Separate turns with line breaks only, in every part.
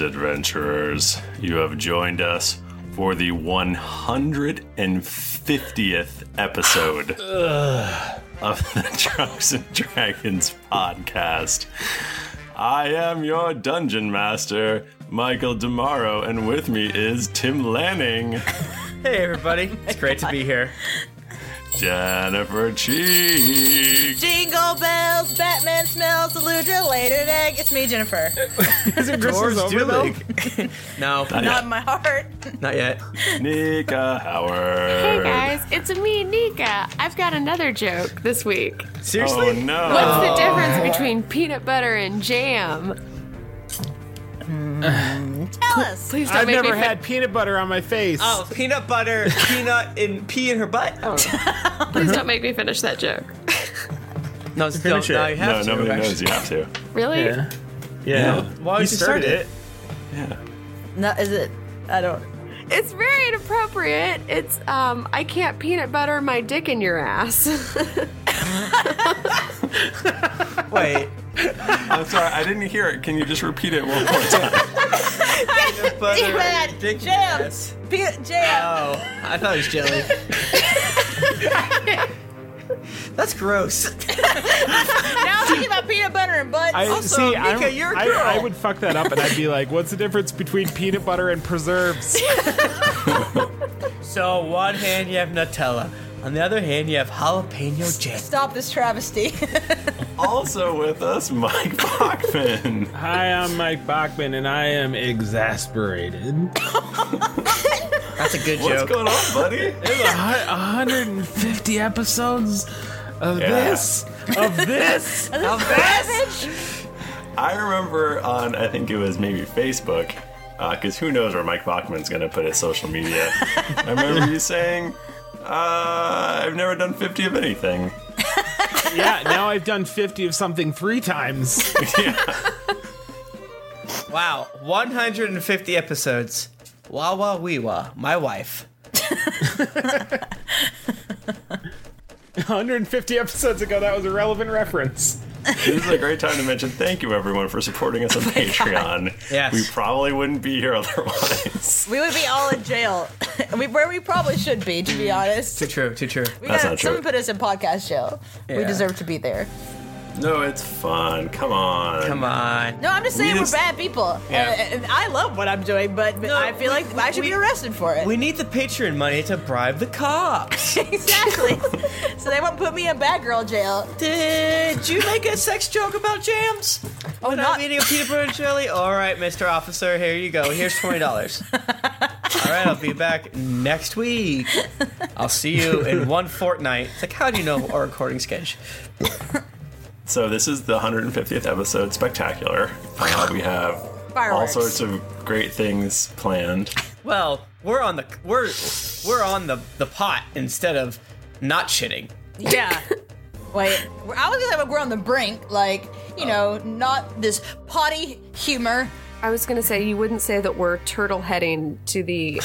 adventurers. You have joined us for the 150th episode of the Drunks and Dragons podcast. I am your dungeon master, Michael Demaro, and with me is Tim Lanning,
Hey everybody, it's great to be here.
Jennifer Cheek,
Jingle bells, Batman smells, Aludra laid an egg. It's me, Jennifer.
Is it
Christmas over, though?
no,
Not in my heart.
not yet.
Nika Howard.
Hey guys, it's me, Nika. I've got another joke this week.
Seriously?
Oh no.
What's the difference between peanut butter and jam?
Tell us.
Please don't
I've
make
never
me.
had peanut butter on my face.
Oh, peanut butter, peanut, and pee in her butt. Oh.
Fin- please don't make me finish that joke.
No, still,
Finish it.
no, you
No,
have to.
nobody
actually.
knows you have to.
Really?
Yeah. Yeah.
Why would
you
you start
started it.
it?
No, is it? I don't.
It's very inappropriate. It's um, I can't peanut butter my dick in your ass.
Wait,
I'm sorry, I didn't hear it. Can you just repeat it one more time?
butter,
Damn it,
dick
jam.
ass.
Be- jam.
Oh, I thought it was jelly. That's gross.
now I'm thinking about peanut butter and butts.
I,
Also,
see,
Mika,
I'm-
you're a girl.
I, I would fuck that up, and I'd be like, "What's the difference between peanut butter and preserves?"
So on one hand you have Nutella, on the other hand you have jalapeno jam.
Stop this travesty.
Also with us, Mike Bachman.
Hi, I'm Mike Bachman, and I am exasperated.
That's a good
What's
joke.
going on, buddy?
150 episodes of
Yeah.
this, of this.
How fast?
I remember on, I think it was maybe Facebook, because who knows where Mike Bachman's going to put his social media. I remember you saying, uh, I've never done 50 of anything.
yeah, now I've done 50 of something three times.
Wow, 150 episodes. Wah wah wee wah. My wife.
150 episodes ago, that was a relevant reference.
This is a great time to mention thank you, everyone, for supporting us on
Oh
Patreon.
Yes.
We probably wouldn't be here otherwise.
we would be all in jail, we, where we probably should be, to be honest.
Too true. Too true.
We
That's
gotta-
not true.
someone put us in podcast jail. We
Yeah.
deserve to be there.
No, it's fun. Come on.
Come on.
No, I'm just saying
We
we're
just-
bad people.
Yeah.
And, and I love what I'm doing, but
No,
I feel
we-
like I should
we-
be arrested for it.
We need the Patreon money to bribe the cops.
exactly. so they won't put me in bad girl jail.
Did you make a sex joke about jams? Oh,
not-
not eating a peanut butter and jelly. All right, Mr. Officer, here you go. Here's twenty dollars. All right, I'll be back next week. I'll see you in one fortnight. It's like, how do you know our recording sketch?
So this is the 150th episode spectacular. Uh, we have
Fireworks.
all sorts of great things planned.
Well, we're on the we're we're on the the pot instead of not shitting.
Yeah. Wait, we're- I was gonna say we're on the brink, like you know, Oh, not this potty humor.
I was gonna say you wouldn't say that we're turtle heading to the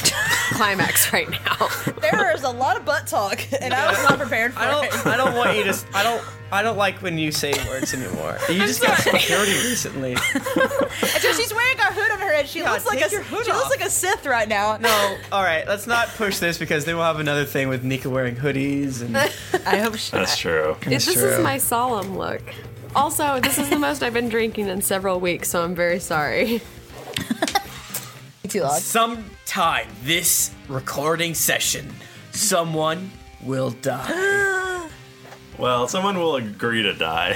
climax right now.
There is a lot of butt talk, and I was not prepared for
I
it.
don't I don't want you to I don't I don't like when you say words anymore. You just got so dirty recently.
And so she's wearing a hood on her head. She
Yeah,
looks like
take
a
your hood
she
off.
looks like a Sith right now.
No, all right. Let's not push this because then we'll have another thing with Nika wearing hoodies and
I hope she.
That's true.
It- this is
true.
my solemn look. Also, this is the most I've been drinking in several weeks, so I'm very sorry.
Too long.
sometime this recording session, someone will die.
Well, someone will agree to die.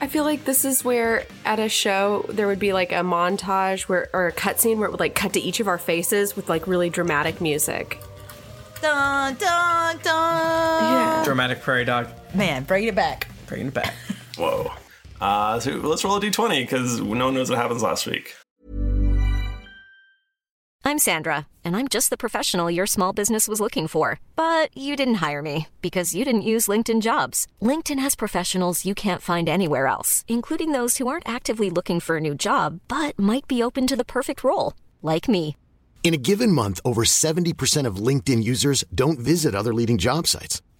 I feel like this is where at a show there would be like a montage where or a cutscene where it would like cut to each of our faces with like really dramatic music.
Dun dun dun.
Yeah.
Dramatic prairie dog,
Man, bring it back.
bringing it back.
Whoa. Uh, so let's roll a d20 because no one knows what happens last week.
I'm Sandra, and I'm just the professional your small business was looking for. But you didn't hire me because you didn't use LinkedIn jobs. LinkedIn has professionals you can't find anywhere else, including those who aren't actively looking for a new job but might be open to the perfect role, like me.
In a given month, over 70% of LinkedIn users don't visit other leading job sites.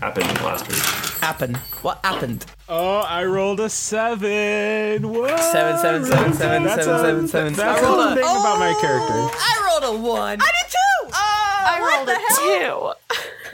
Happened last week.
Happen. What happened?
Oh, I rolled a seven. Whoa.
Seven, seven, seven, seven,
that's
seven,
a,
seven, seven.
That's
I rolled
one
a-
thing about
Oh,
my character.
I rolled a one. I did
Oh,
too.
I rolled a two.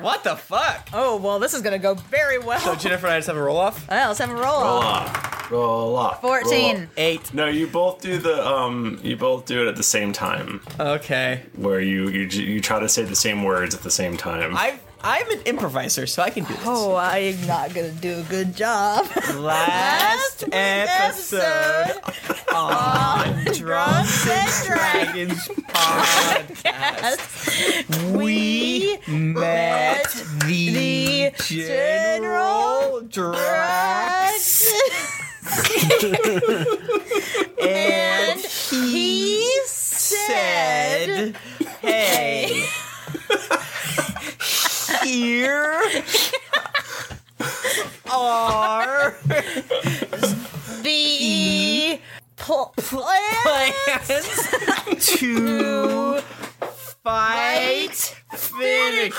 What the fuck?
Oh well, this is gonna go very well.
So Jennifer and I just have a roll off.
All right, let's have a roll.
Roll
off.
off. Roll off. roll off.
Fourteen.
Eight.
No, you both do the um. You both do it at the same time,
Okay.
where you you j- you try to say the same words at the same time.
I I'm an improviser, so I can do this.
Oh, I'm not gonna do a good job.
Last episode on Drunks and Dragons podcast, we met the
the
General
General
Drax,
and he said,
said, "Hey, here are
"The pl- plan
plans to fight
fight
Finnegan."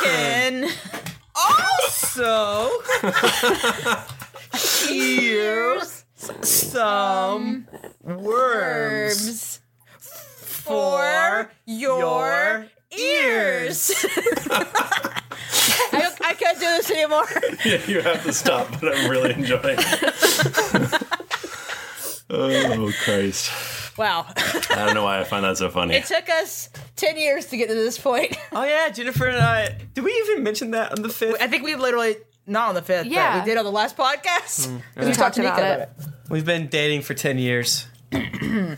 Finnegan."
So here's some
herbs
worms
for your ears. I, I can't do this anymore.
yeah, you have to stop, but I'm really enjoying. it. oh Christ!
Wow.
I don't know why I find that so funny.
It took us 10 years to get to this point.
Oh yeah, Jennifer and I. Did we even mention that on the fifth?
I think we've literally, not on the fifth,
Yeah.
but we did on the last podcast.
Mm.
We talked
to Nika
about it.
We've been dating for ten years.
Whoa!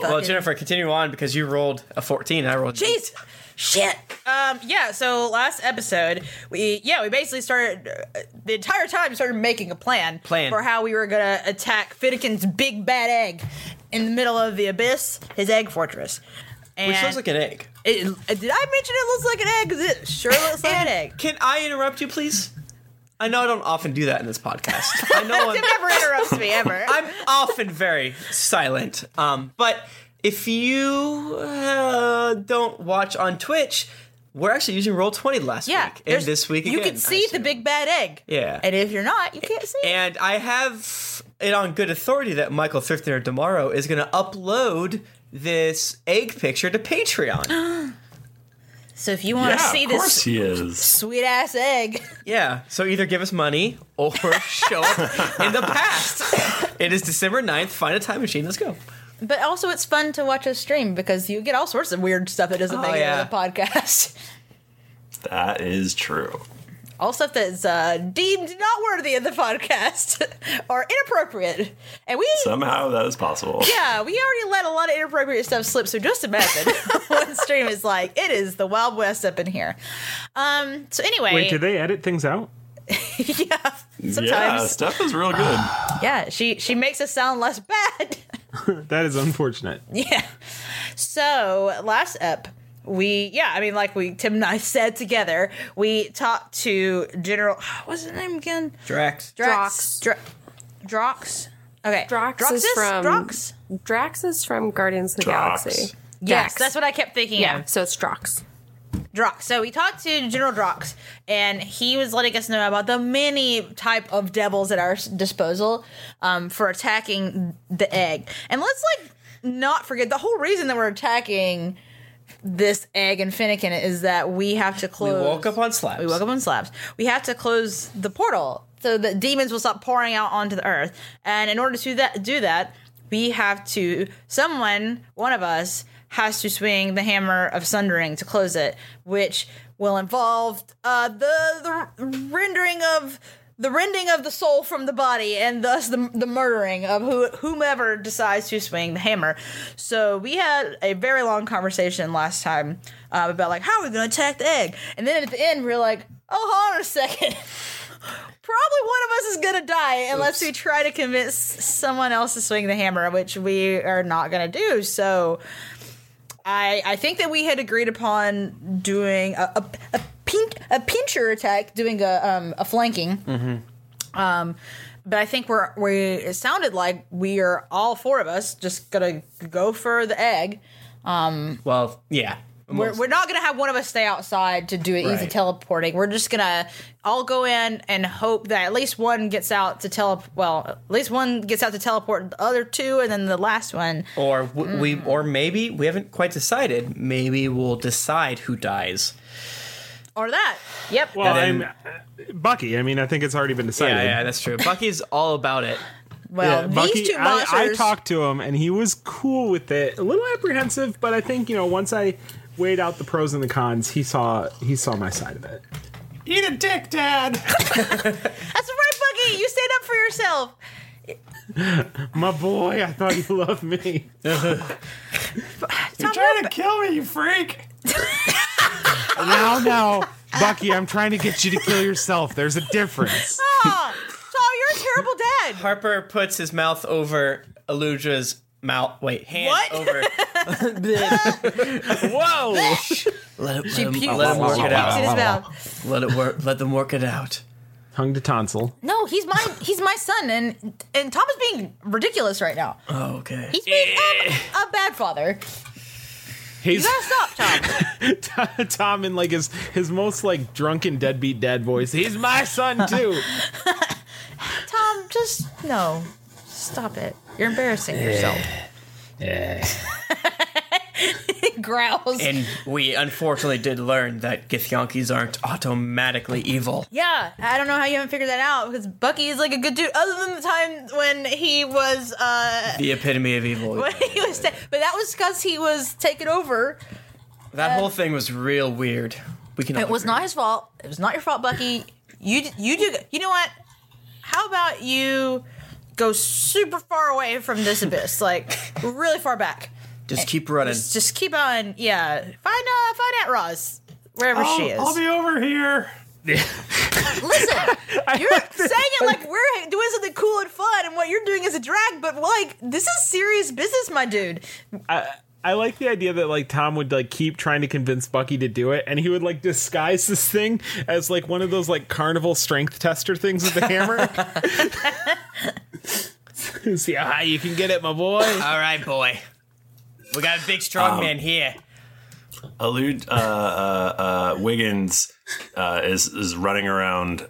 Well, Jennifer, continue on because you rolled a fourteen. I rolled.
Jeez. Shit. Um, yeah, so last episode, we yeah, we basically started uh, the entire time started making a plan,
Plan.
for how we were going to attack Finnegan's big bad egg in the middle of the abyss, his egg fortress. And
Which looks like an egg.
It, uh, did I mention it looks like an egg? 'Cause It sure looks like an egg.
Can I interrupt you, please? I know I don't often do that in this podcast. I know
Tim
I'm,
never interrupts me ever.
I'm often very silent. Um, but if you uh, don't watch on Twitch, we're actually using Roll Twenty last
yeah,
week
there's-
and this week
you
again.
can see the big bad egg.
Yeah.
and if you're not, you can't see. it.
And I have it on good authority that Michael Thrifner tomorrow is going to upload this egg picture to Patreon.
So if you want to
yeah,
see
of
this
course he is.
sweet ass egg,
yeah. So either give us money or show up in the past. It is December 9th. Find a time machine. Let's go.
but also it's fun to watch us stream because you get all sorts of weird stuff that doesn't
Oh,
make it out
yeah.
of the podcast.
That is true.
All stuff that's uh, deemed not worthy of the podcast or inappropriate. And we
Somehow that is possible.
Yeah, we already let a lot of inappropriate stuff slip, so just imagine one stream is like, it is the Wild West up in here. Um, so anyway,
Wait, did they edit things out?
yeah,
Yeah,
sometimes,
Steph is real good.
yeah, she she makes us sound less bad.
That is unfortunate.
yeah. So last up, we yeah, I mean, like we Tim and I said together, we talked to General. What's his name again?
Drax.
Drax. Dra- Drox. Okay.
Drox is
Droxus?
from-
Drox.
Drax is from Guardians of the
Drax.
Galaxy.
Yes,
Drax.
that's what I kept thinking
yeah,
of.
so it's Drax.
Drox. So we talked to General Drox, and he was letting us know about the many type of devils at our s- disposal um, for attacking the egg. And let's like not forget the whole reason that we're attacking this egg and Finnegan is that we have to
We
close.
woke up on slabs.
We woke up on slabs. We have to close the portal so that demons will stop pouring out onto the earth. And in order to that, do that, we have to someone, one of us, has to swing the hammer of sundering to close it, which will involve uh, the the rendering of the rending of the soul from the body and thus the, the murdering of who, whomever decides to swing the hammer so we had a very long conversation last time uh, about like how are we going to attack the egg and then at the end we are like oh hold on a second probably one of us is going to die unless we try to convince someone else to swing the hammer which we are not going to do so I, I think that we had agreed upon doing a, a, a, pin, a pincher attack, doing a, um, a flanking.
Mm-hmm.
Um, but I think we're we it sounded like we are all four of us just gonna go for the egg. Um,
Well, yeah.
we're, we're not gonna have one of us stay outside to do it easy
Right.
teleporting. We're just gonna all go in and hope that at least one gets out to tele. Well, at least one gets out to teleport the other two, and then the last one.
Or w-
Mm.
we, or maybe we haven't quite decided. Maybe we'll decide who dies.
Or that. Yep.
Well, I'm Bucky. I mean, I think it's already been decided.
Yeah, yeah, that's true. Bucky's all about it.
Well, these two
I, I
monsters-
talked to him, and he was cool with it. A little apprehensive, but I think you know once I weighed out the pros and the cons, he saw he saw my side of it.
Eat a dick, Dad. That's right, Buggy. You stand up for yourself.
My boy, I thought you loved me.
You're trying to kill me, you freak.
now, now, Bucky, I'm trying to get you to kill yourself. There's a difference.
Ah, Tom, you're a terrible dad.
Harper puts his mouth over Aludra's mouth. Wait, hand
What?
over. Whoa! let it,
She
let,
pukes-
them, let them work
she
it out.
pukes in his mouth.
Let it work. Let them work it out.
Hung to tonsil.
No, he's my he's my son, and and Tom is being ridiculous right now.
Oh, okay.
He's being um, a bad father.
He's
you gotta stop, Tom.
Tom in like his his most like drunken deadbeat dad voice. He's my son too.
Tom, just no, stop it. You're embarrassing
Eh.
yourself. Growls.
And we unfortunately did learn that Githyanki aren't automatically evil.
yeah, I don't know how you haven't figured that out because Bucky is like a good dude, other than the time when he was uh,
The epitome of evil.
when he was, ta- but that was because he was taken over.
That whole thing was real weird. We can.
It was not his fault. It was not your fault, Bucky. You d- you do. You know what? How about you go super far away from this abyss, like really far back.
Just keep running.
Just, just keep on. Yeah, find uh find Aunt Roz wherever she is.
I'll- I'll be over here.
Listen, you're saying it like we're doing something cool and fun, and what you're doing is a drag. But like, this is serious business, my dude.
I I like the idea that like Tom would like keep trying to convince Bucky to do it, and he would like disguise this thing as like one of those like carnival strength tester things with the hammer. See how high you can get it, my boy. All
right, boy. We got a big strong
Um,
man here.
Alud uh, uh, uh, Wiggins uh, is is running around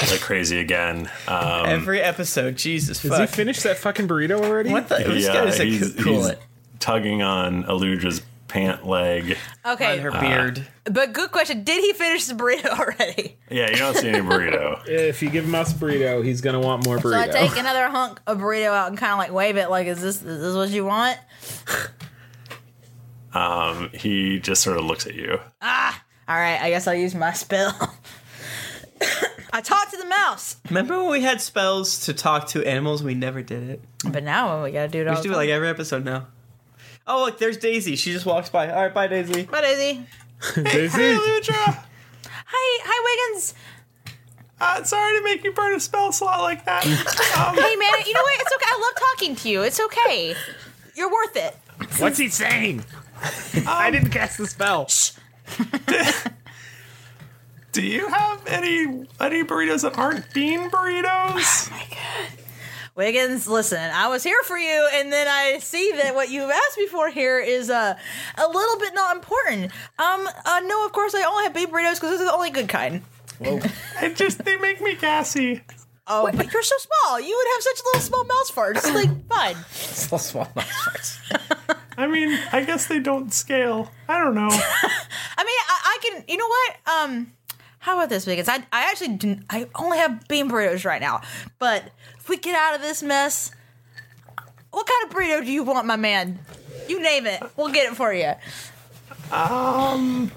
like crazy again. Um,
Every episode, Jesus.
Has he
fuck.
finished that fucking burrito already?
What the- who's
yeah,
gonna say
he's,
cool
he's
it?
tugging on Aludra's pant leg. Uh,
Okay. On her beard. But good question. Did he finish the burrito already?
yeah, you don't see any burrito.
If you give him us burrito, he's gonna want more burrito.
So I take another hunk of burrito out and kind of like wave it, like, is this is this what you want?
Um, he just sort of looks at you.
Ah, all right. I guess I'll use my spell. I talked to the mouse,
Remember when we had spells to talk to animals? We never did it.
but now we gotta do it.
We
all
should do
the
it like
time.
every episode now. Oh, look, there's Daisy. She just walks by. All right, bye, Daisy.
Bye, Daisy.
Daisy.
Lutra.
Hi, hi, Wiggins.
Uh, sorry to make you burn a spell slot like that. Um,
hey, man. You know what? It's okay. I love talking to you. It's okay. You're worth it.
What's he saying? I didn't cast the spell.
Do you have any any burritos that aren't bean burritos?
Oh Wiggins, listen, I was here for you, and then I see that what you've asked me for here is uh, a little bit not important. Um, uh, no, of course I only have beef burritos because those are the only good kind.
Whoa.
It just they make me gassy. Oh, but you're so small. You would have such little small mouse farts. Like, fine.
Still small mouse farts.
I mean, I guess they don't scale. I don't know.
I mean, I, I can. You know what? Um, how about this, Because I, I actually, didn't, I only have bean burritos right now. But if we get out of this mess, what kind of burrito do you want, my man? You name it, we'll get it for you.
Um,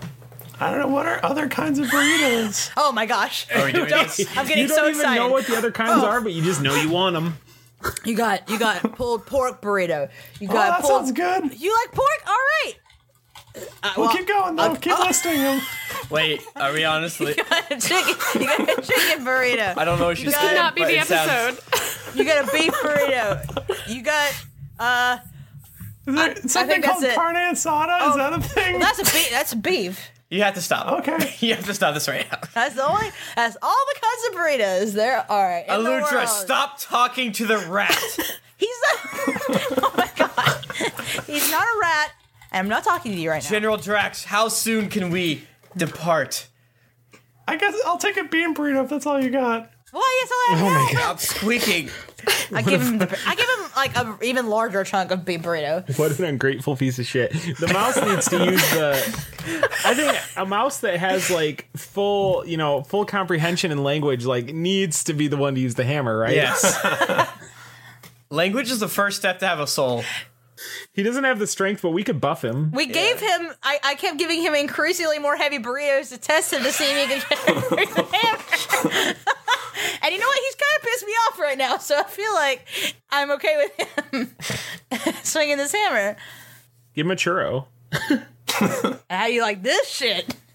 I don't know. What are other kinds of burritos?
Oh my gosh!
Are we doing
Don't-
this?
I'm getting
you don't
so
even
excited. Oh.
know what the other kinds are, but you just know you want them.
You got you got pulled pork burrito. You
Oh,
got
that
pulled,
sounds good.
You like pork? All right. Oh. Uh,
Well, keep going, though. Keep listing them.
Wait, are we honestly?
chicken, you got a chicken burrito.
I don't know what she
You
said.
got-
but it sounds-
You got a beef burrito. You got uh.
Is there something called carne asada? Is that a thing?
Oh, That's a beef. That's beef.
You have to stop.
Okay.
you have to stop this right now.
That's the only. That's all the kinds of burritos there are. In the
Alutra,
world.
stop talking to the rat.
oh He's not a rat, and I'm not talking to you right now.
General Drax, how soon can we depart?
I guess I'll take a bean burrito if that's all you got.
Well, yes, I'll have that.
Stop squeaking.
I give him. The, I give him like a even larger chunk of beef burrito.
What an ungrateful piece of shit. The mouse needs to use the. I think a mouse that has like full, you know, full comprehension in language, like needs to be the one to use the hammer, right?
Yes. Language is the first step to have a soul.
He doesn't have the strength, but we could buff him.
We gave him. I, I kept giving him increasingly more heavy burritos to test him to see if he could get through the hammer. and you know what? He's kind of pissed me off right now, so I feel like I'm okay with him swinging this hammer.
Give him a churro.
How do you like this shit?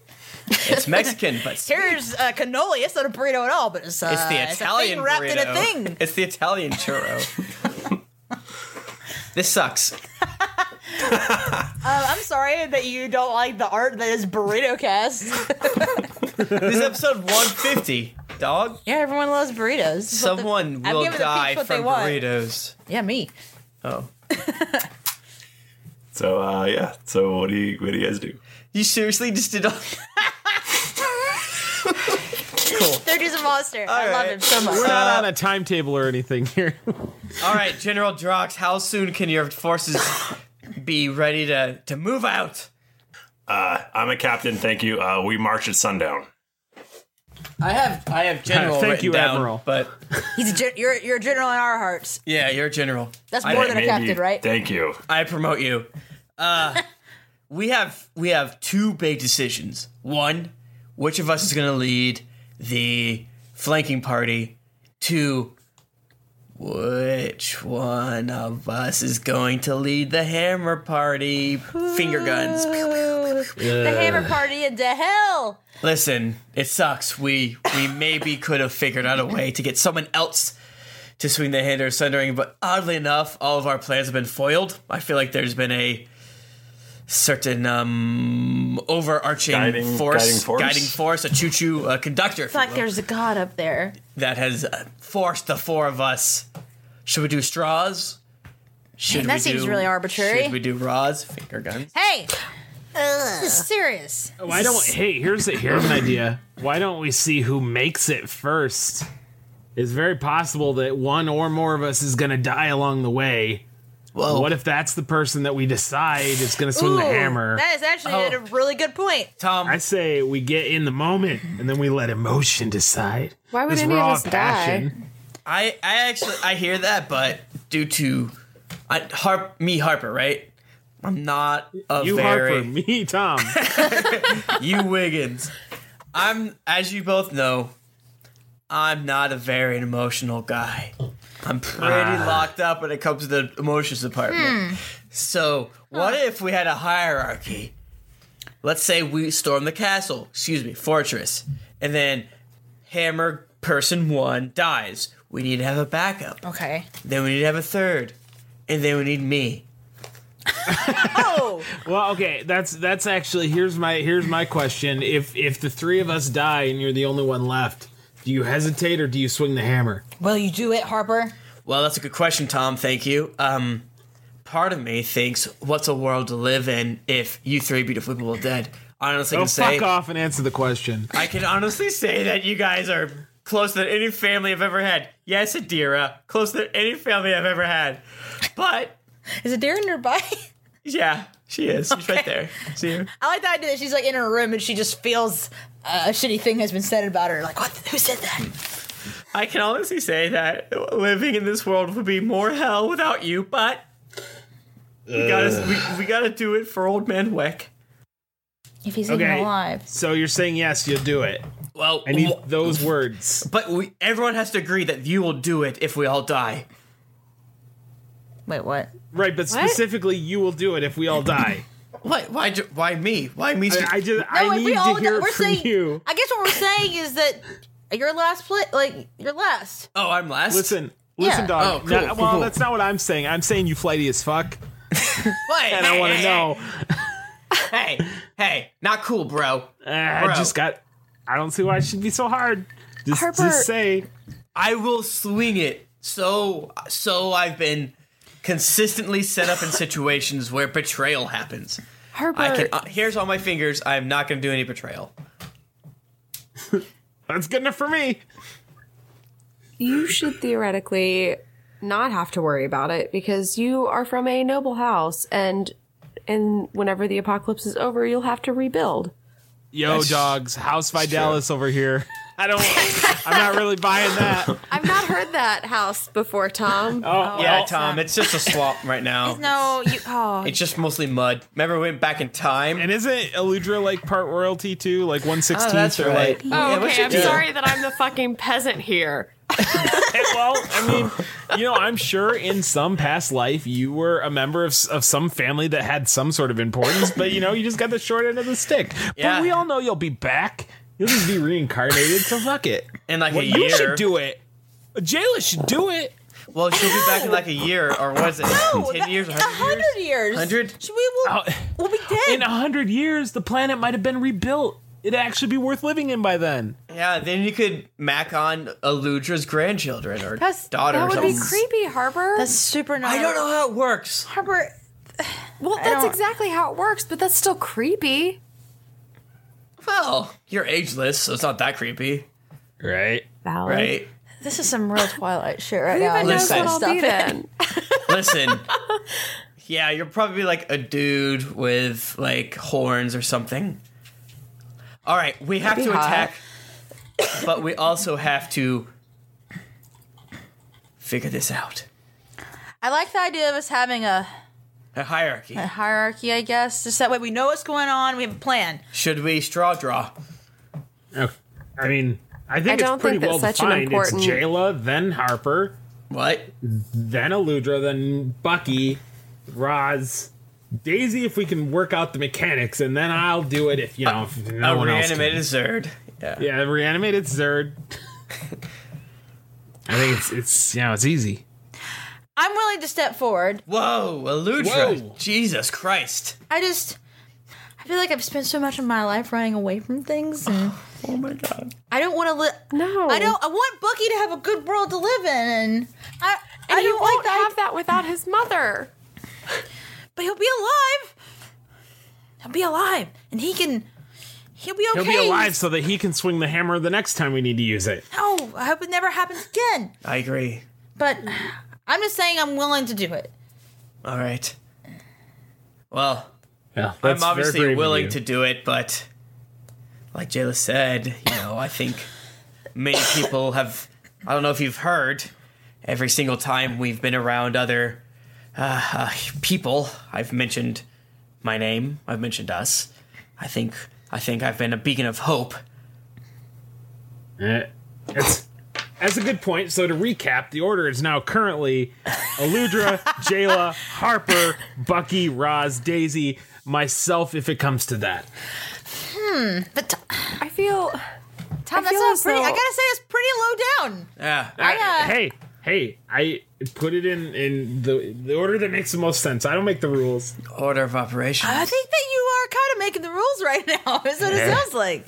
It's Mexican, but it's,
Here's uh, cannoli. It's not a burrito at all, but it's, uh,
the
it's
Italian
a thing wrapped
burrito.
in a thing.
It's the Italian churro. this sucks.
Uh, I'm sorry that you don't like the art that is burrito cast.
This is episode 150, dog.
yeah, everyone loves burritos.
Someone
I'm
will
giving the
die
peeps what they
from
want.
burritos.
Yeah, me.
Oh.
So uh, yeah. So what do you what do you guys do?
You seriously just did all. cool.
Thirty's a monster. I love him so much.
We're
Uh,
not on a timetable or anything here.
All right, General Drox, how soon can your forces be ready to, to move out?
Uh, I'm a captain. Thank you. Uh, we march at sundown.
I have I have general.
Thank
written
you,
down,
Admiral.
But
He's a, gen- you're you're a general in our hearts.
yeah, you're a general.
That's more than a captain, right?
Thank you.
I promote you. Uh, we have we have two big decisions. One, which of us is going to lead the flanking party? Two, which one of us is going to lead the hammer party? Finger guns.
The hammer party into hell.
Listen, it sucks. We we maybe could have figured out a way to get someone else to swing the hand or sundering, but oddly enough, all of our plans have been foiled. I feel like there's been a certain um overarching
Guiding-
force,
guiding force?
guiding force, a choo-choo, a conductor. if
It's
you
like
will,
there's a god up there.
that has uh, forced the four of us. Should we do straws? Should
Man, that
we
seems
do-
really arbitrary.
Should we do raws, finger guns?
Hey, this is serious.
Why Oh, don't? Hey, here's a, here's an idea. Why don't we see who makes it first? It's very possible that one or more of us is going to die along the way.
Whoa.
What if that's the person that we decide is going to swing the
Ooh,
hammer?
That is actually
Oh.
a really good point.
Tom,
I say we get in the moment and then we let emotion decide.
Why would
This
any of
raw
us die?
passion.
I I actually I hear that, but due to I, Harp me Harper, right? I'm not a
You
very
Harper, me Tom.
you Wiggins. I'm as you both know, I'm not a very emotional guy. I'm pretty
Ah.
locked up when it comes to the emotions department.
Hmm.
So what if we had a hierarchy? Let's say we storm the castle, excuse me, fortress, and then hammer person one dies. We need to have a backup.
Okay.
Then we need to have a third. And then we need me.
Oh,
well, okay, that's that's actually here's my here's my question. If if the three of us die and you're the only one left, do you hesitate or do you swing the hammer?
will you do it, Harper?
Well, that's a good question, Tom. Thank you. Um, part of me thinks, what's a world to live in if you three beautiful people are dead? I honestly
oh,
can say,
fuck off and answer the question.
I can honestly say that you guys are closer than any family I've ever had. Yes, Adira, closer than any family I've ever had. But
is Adira nearby?
yeah, she is. She's right there. See her?
I like that idea that she's like in her room and she just feels uh, a shitty thing has been said about her. Like, what? Who said that?
I can honestly say that living in this world would be more hell without you, but we gotta we, we gotta do it for old man Weck.
If he's
Okay. So you're saying yes, you'll do it.
Well,
I need those words.
But we, everyone has to agree that you will do it if we all die.
Wait, what?
Right, but
What?
specifically, you will do it if we all die.
Why? Why? ju- Why me? Why me?
I, I just
No,
I
if we
need
all
to hear
die-
it
we're
from
saying-
you.
I guess what we're saying is that your last play, like your last.
Oh, I'm last.
Listen,
Yeah.
listen,
Oh,
dog.
cool,
No,
cool,
well,
cool.
that's not what I'm saying. I'm saying you flighty as fuck,
Wait,
and I want to know.
Hey, hey, not cool, bro.
Uh, I
Bro.
just got. I don't see why it should be so hard. Just,
Harper.
just say.
I will swing it. So, so I've been consistently set up in situations where betrayal happens. I can,
Herbert.
uh, here's all my fingers. I'm not going to do any betrayal.
That's good enough for me.
You should theoretically not have to worry about it because you are from a noble house and and whenever the apocalypse is over, you'll have to rebuild.
Yo,
That's-
dogs. House Vidalis over here. I don't. I'm not really buying that.
I've not heard that house before, Tom.
Oh,
yeah, Tom, it's just a swamp right now.
No, you. Oh,
It's just mostly mud. Remember, we went back in time.
And isn't Eludra like part royalty too? Like one sixteenth
Oh, that's
or
right.
like?
Oh,
Yeah, what
okay.
you
I'm
do?
sorry that I'm the fucking peasant here.
well, I mean, you know, I'm sure in some past life you were a member of, s- of some family that had some sort of importance, but you know, you just got the short end of the stick.
Yeah.
But we all know you'll be back. You'll just be reincarnated, so fuck it.
In like
Well,
a
you
year.
should do it. Jayla should do it.
Well, she'll be back in like a year, or what is it? Ten years,
a
a hundred years.
hundred years.
100?
Should we will we'll be dead.
In a hundred years, the planet might have been rebuilt. It'd actually be worth living in by then.
Yeah, then you could mack on Eludra's grandchildren or
That's-
daughter.
that
or
would be
something.
creepy, Harbor.
That's super nice.
I don't know how it works.
Harbor.
Well,
I
that's
don't-
exactly how it works, but that's still creepy.
Well, you're ageless, so it's not that creepy,
right?
Right.
This is some real Twilight shit right
Who
now.
even knows
Listen.
what I'll
Stop
be
it.
then?
Listen. yeah, you're probably like a dude with like horns or something. All right, we have
That'd
to
be hot.
attack, but we also have to figure this out.
I like the idea of us having a,
A hierarchy.
a hierarchy. I guess just that way we know what's going on. We have a plan.
Should we straw draw?
I mean, I
I
think
don't
it's pretty
think that's
well
such an
defined. It's
important-
Jayla, then Harper,
what?
Then Eludra, then Bucky, Roz, Daisy. If we can work out the mechanics, and then I'll do it. If you know, if no
a
one else. can.
reanimated Zerd. Yeah.
Yeah, a reanimated Zerd. I think it's it's you know it's easy.
I'm willing to step forward.
Whoa, Eludra. Jesus Christ.
I just, I feel like I've spent so much of my life running away from things, and
Oh my god.
I don't want to live.
No,
I don't. I want Bucky to have a good world to live in, and I,
And
I
he
don't like
won't
that.
have that without his mother.
But he'll be alive. He'll be alive, and he can. He'll be okay.
He'll be alive so that he can swing the hammer the next time we need to use it.
No, I hope it never happens again.
I agree.
But I'm just saying I'm willing to do it.
All right. Well,
Yeah,
I'm
that's very brave
obviously
of
willing
you.
to do it, but like Jayla said, you know, I think many people have. I don't know if you've heard. Every single time we've been around other uh, uh, people, I've mentioned my name. I've mentioned us. I think. I think I've been a beacon of hope.
Eh, That's, that's a good point. So to recap, the order is now currently Aludra, Jayla, Harper, Bucky, Roz, Daisy, myself if it comes to that.
Hmm. But t-
I feel.
Tom,
I
that's
feel
not
as
pretty. I
though-
gotta say, it's pretty low down.
Yeah.
I, uh,
hey, hey, I put it in in the the order that makes the most sense. I don't make the rules.
Order of operations.
I think that you are kind of making the rules right now. Is what it
Yeah.
sounds like.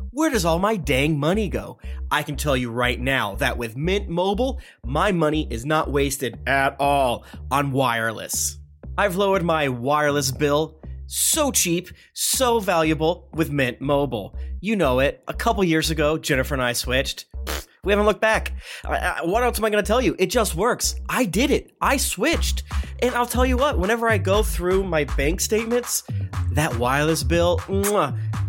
where does all my dang money go? I can tell you right now that with Mint Mobile, my money is not wasted at all on wireless. I've lowered my wireless bill so cheap, so valuable with Mint Mobile. You know it. A couple years ago, Jennifer and I switched. Pfft, we haven't looked back. I- I- what else am I going to tell you? It just works. I did it. I switched. And I'll tell you what, whenever I go through my bank statements, that wireless bill, mwah,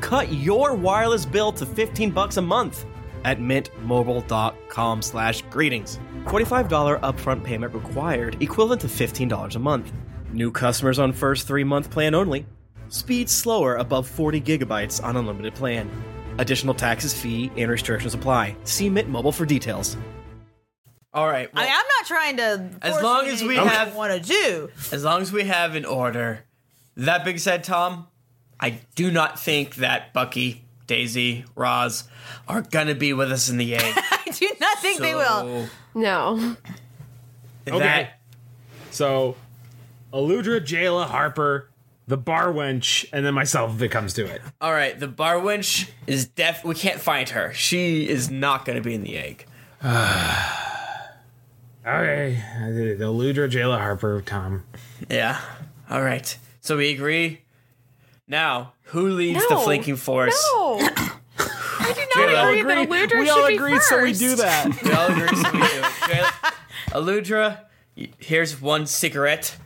Cut your wireless bill to 15 bucks a month at mintmobile.com slash greetings. $45 upfront payment required, equivalent to $15 a month. New customers on first three month plan only. Speed slower above 40 gigabytes on unlimited plan. Additional taxes, fee, and restrictions apply. See Mint Mobile for details.
All right.
I mean, I'm not trying to.
As
force
long
you
as
to
we
do what
have-
you want to do.
As long as we have an order. That being said, Tom, I do not think that Bucky, Daisy, Roz are going to be with us in the A.
I do not think they will.
No.
Okay. So, Aludra, Jayla, Harper, the bar wench, and then myself if it comes to it.
All right, the bar wench is deaf. We can't find her. She is not going to be in the egg.
Okay. Aludra, Jayla, Harper, Tom.
Yeah. All right. So we agree. Now, who leads the
No.
flanking force?
No.
Jayla.
agree that Aludra We all should be agreed, so we do
that.
we all agree, so we do it. Jayla- Aludra, y- here's one cigarette.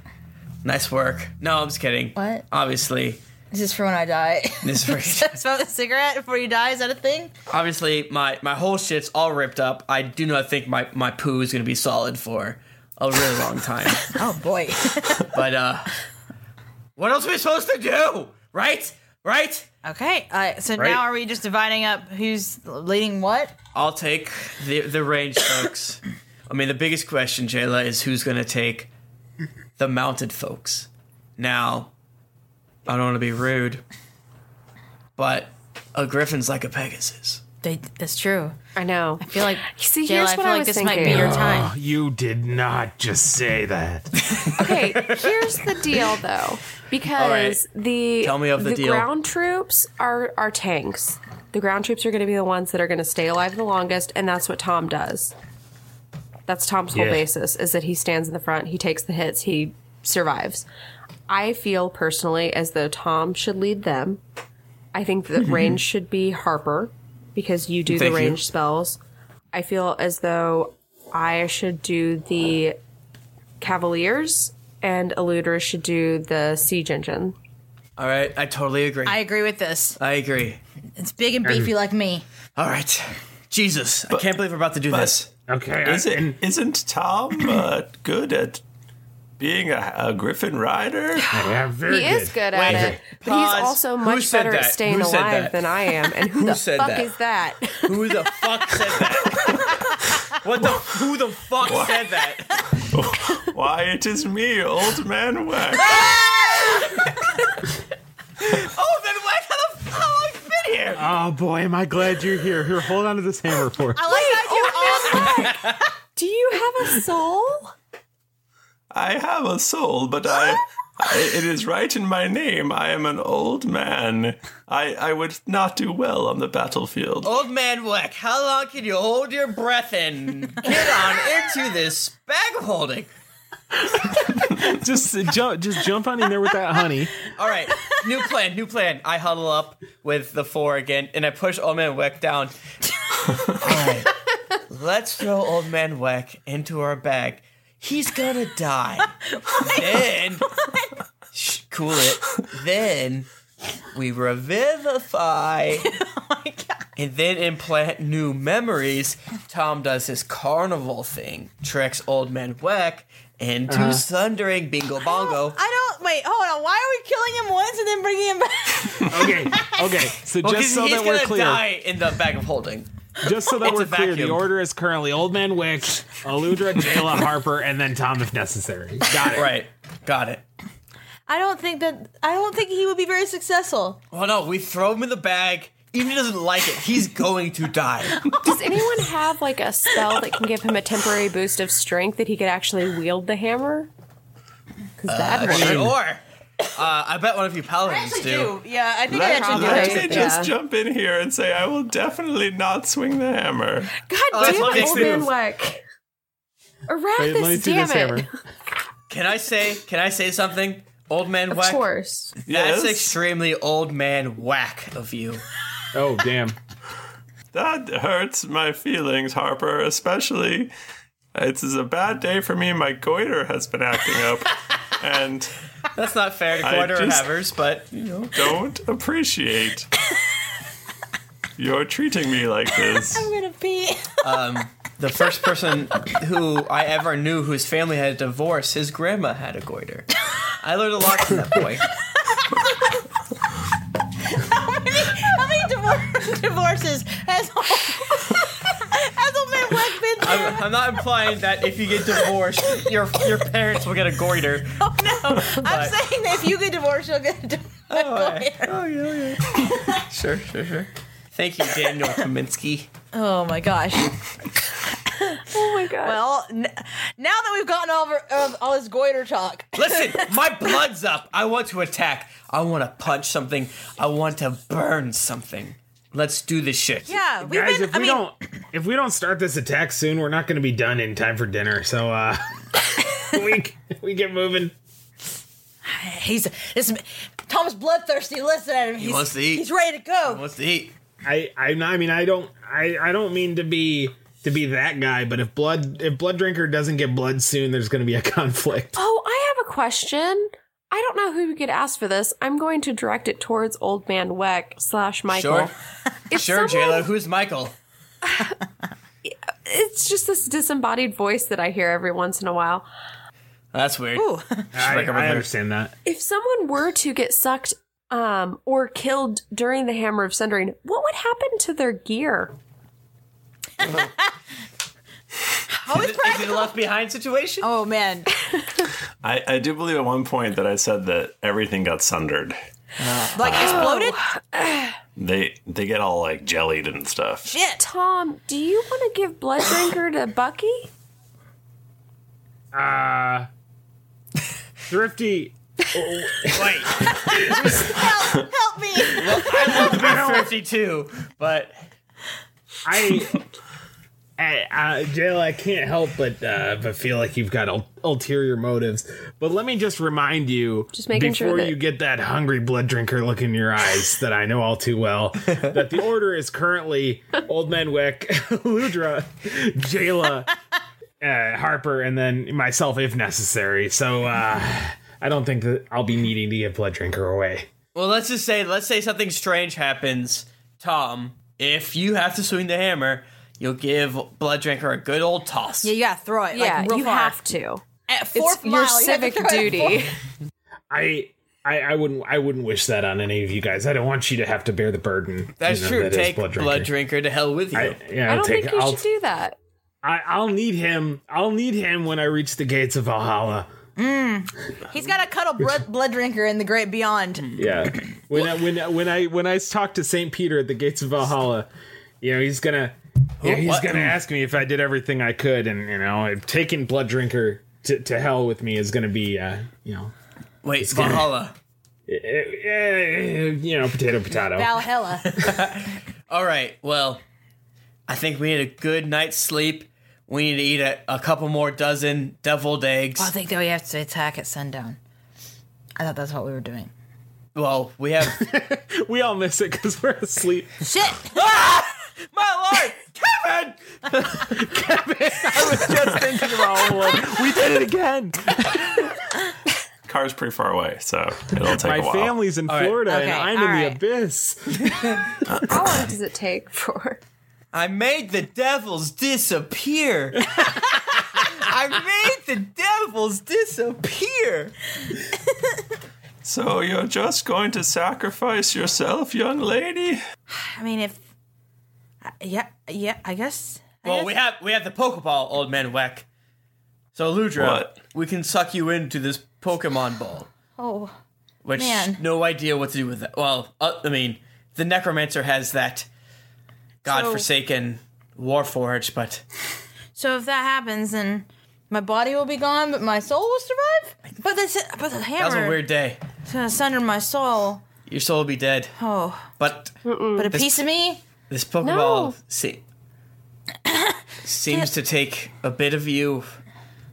Nice work. No, I'm just kidding.
What?
Obviously,
This is for when I die.
This is for-
Smoke a cigarette before you die. Is that a thing?
obviously, my my whole shit's all ripped up. I do not think my my poo is gonna be solid for a really long time.
Oh boy.
but uh, what else are we supposed to do? Right? Right?
Okay. Uh, so
Right.
now are we just dividing up who's leading what?
I'll take the the range folks. I mean, the biggest question, Jayla, is who's going to take the mounted folks. Now, I don't want to be rude, but a griffin's like a Pegasus.
They, that's true.
I know.
I feel like
See,
Jayla,
here's
I
what
feel
I
like
was
this
thinking.
might be your time.
Oh, you did not just say that.
Okay, here's the deal though, because the
Tell me of the deal.
ground troops are are tanks. The ground troops are going to be the ones that are going to stay alive the longest, and that's what Tom does. That's Tom's whole
Yeah.
basis is that he stands in the front, he takes the hits, he survives. I feel personally as though Tom should lead them. I think that
Mhm.
range should be Harper because you do
Thank
the
you.
range spells. I feel as though I should do the Cavaliers and Eluder should do the siege engine.
All right, I totally agree.
I agree with this.
I agree.
It's big and beefy like me.
All right, Jesus, I can't believe we're about to do this.
Okay,
Is it, isn't Tom uh, good at being a, a Griffin rider?
Yeah,
he is good at
Wait,
it, but he's
pause.
also
Who
much
said
better at
that?
staying
Who said
alive
that?
than I am. And who,
Who
the
said
fuck
that?
is that?
Who the fuck said that? What the? Who the fuck said that?
Why, it is me, old man Wack.
oh, then why the fuck have I been here?
Oh boy, am I glad you're here. Here, hold on to this hammer for.
I like
Do you have a soul?
I have a soul, but I, I. It is right in my name. I am an old man. I, I would not do well on the battlefield.
Old man Weck, how long can you hold your breath and get on into this bag of holding?
just uh, jump, just jump on in there with that honey.
All right, new plan, new plan. I huddle up with the four again, and I push Old Man Weck down. All right, let's throw Old Man Weck into our bag. He's gonna die. then, Shh, cool it. Then we revivify. And then implant new memories. Tom does his carnival thing, tricks Old Man Weck into
Uh-huh.
sundering bingo bongo.
I don't. Wait, hold on. Why are we killing him once and then bringing him back?
Okay, okay. So
Well, 'cause
just so
he's
that we're
gonna
clear,
die in the bag of holding.
just so that
It's
we're
a
clear, the
vacuum.
order is currently Old Man Wick, Aludra, Jayla, Harper, and then Tom if necessary. Got it.
Right. Got it.
I don't think that. I don't think he would be very successessful.
Well, Oh, no, we throw him in the bag. Even if he doesn't like it, he's going to die.
Does anyone have like a spell that can give him a temporary boost of strength that he could actually wield the hammer? Because that
Uh,
one.
sure. Uh, I bet one of you paladins do.
Yeah, I
think
Let,
I actually do
let
have
me
something.
just
Yeah.
jump in here and say I will definitely not swing the hammer.
God
Oh, that's what
damn it,
makes
old
sense.
man Weck. Around
Wait, let me
this,
see
damn
this
it.
hammer.
Can I say? Can I say something, old man?
Of
whack?
course.
That's
Yes.
extremely old man whack of you.
Oh damn.
That hurts my feelings, Harper, especially. It's is a bad day for me. My goiter has been acting up, and
That's not fair to
I
quarter
just-
havers, but you know.
don't appreciate you're treating me like this.
I'm gonna pee.
Um, the first person who I ever knew whose family had a divorce, his grandma had a goiter. I learned a lot from that boy.
how many, how many divor- divorces has old, has old man Weck been through?
I'm, I'm not implying that if you get divorced, your your parents will get a goiter.
oh, I'm saying that if you get divorced, you'll get a divorce. Oh, yeah,
Sure, sure, sure. Thank you, Daniel Kaminsky.
Oh my gosh. oh my gosh. Well, n- now that we've gotten all, of our, of all this goiter talk,
Listen, my blood's up. I want to attack. I want to punch something. I want to burn something. Let's do this shit.
yeah, we've
Guys,
been.
if
I
we
mean,
don't if we don't start this attack soon, we're not going to be done in time for dinner. So uh we we get moving.
he's this Thomas bloodthirsty. Listen at him. He's,
wants to eat.
He's ready to go.
What's the eat?
I I I mean I don't I I don't mean to be to be that guy, but if blood if blood drinker doesn't get blood soon, there's going to be a conflict.
Oh, I have a question. I don't know who could ask for this. I'm going to direct it towards Old Man Weck slash Michael.
Sure. sure, Jayla. Who's Michael?
It's just this disembodied voice that I hear every once in a while.
That's weird.
Ooh.
I, I understand that.
If someone were to get sucked um, or killed during the Hammer of Sundering, what would happen to their gear?
is, it, is it a left behind situation?
Oh man.
I, I do believe at one point that I said that everything got sundered.
Like
Oh,
exploded?
They they get all like jellied and stuff.
Shit. Tom, do you want to give Blood Drinker to Bucky?
Uh Thrifty oh,
Wait.
help, help me.
Well, I love to be thrifty too, but
I, I, I Jayla, I can't help but uh, but feel like you've got ul- ulterior motives. But let me just remind you,
Just making sure
before
that-
you get that hungry blood drinker look in your eyes that I know all too well, that the order is currently Old Man Wick, Ludra, Jayla, uh, Harper, and then myself if necessary. So uh, I don't think that I'll be needing to give blood drinker away.
well, let's just say let's say something strange happens, Tom. If you have to swing the hammer, you'll give Blood Drinker a good old toss.
Yeah, you gotta throw it.
Yeah,
like, real
you
far.
have to.
At fourth
your
mile, you have to
civic
throw it
duty.
fourth-
I. I, I wouldn't. I wouldn't wish that on any of you guys. I don't want you to have to bear the burden.
That's
you know,
true.
that is
Take blood drinker. to hell with you.
yeah, I'll take- I'll-
do that.
I, I'll need him. I'll need him when I reach the gates of Valhalla.
Mm. He's gotta cuddle blood, blood drinker in the great beyond.
Yeah. when I, when I, when I when I talk to Saint Peter at the gates of Valhalla, you know he's gonna you know,
Who-
he's
what?
gonna ask me if I did everything I could, and you know if taking Blood Drinker to, to hell with me is gonna be uh, you know
Wait,
It's gonna-
Valhalla.
eh, eh, eh, you know potato potato.
Valhalla.
All right. Well, I think we need a good night's sleep. We need to eat a, a couple more dozen deviled eggs.
Well, I think that we have to attack at sundown. I thought that's what we were doing.
Well, Oh, we have.
we all miss it because we're asleep.
Shit!
My lord!
Kevin! Kevin! I was just thinking about one. We did it again.
Car's pretty far away, so it'll take
My
a while.
family's in Florida,
Uh,
and I'm in the abyss.
How long does it take for?
I made the devils disappear. I made the devils disappear.
So you're just going to sacrifice yourself, young lady?
I mean, if I- yeah, yeah, I guess. I
Well,
guess-
we have we have the Pokeball, old man Weck. So Ludra,
What?
we can suck you into this Pokemon ball,
Oh,
which
Man.
no idea what to do with that. Well, uh, I mean, the Necromancer has that godforsaken Warforged, but
so if that happens, then my body will be gone, but my soul will survive. But this, but the
that was a
hammer
weird day.
is gonna sunder my soul.
Your soul will be dead,
Oh,
but
but a
This-
piece of me.
This Pokeball
No.
se- seems to take a bit of you.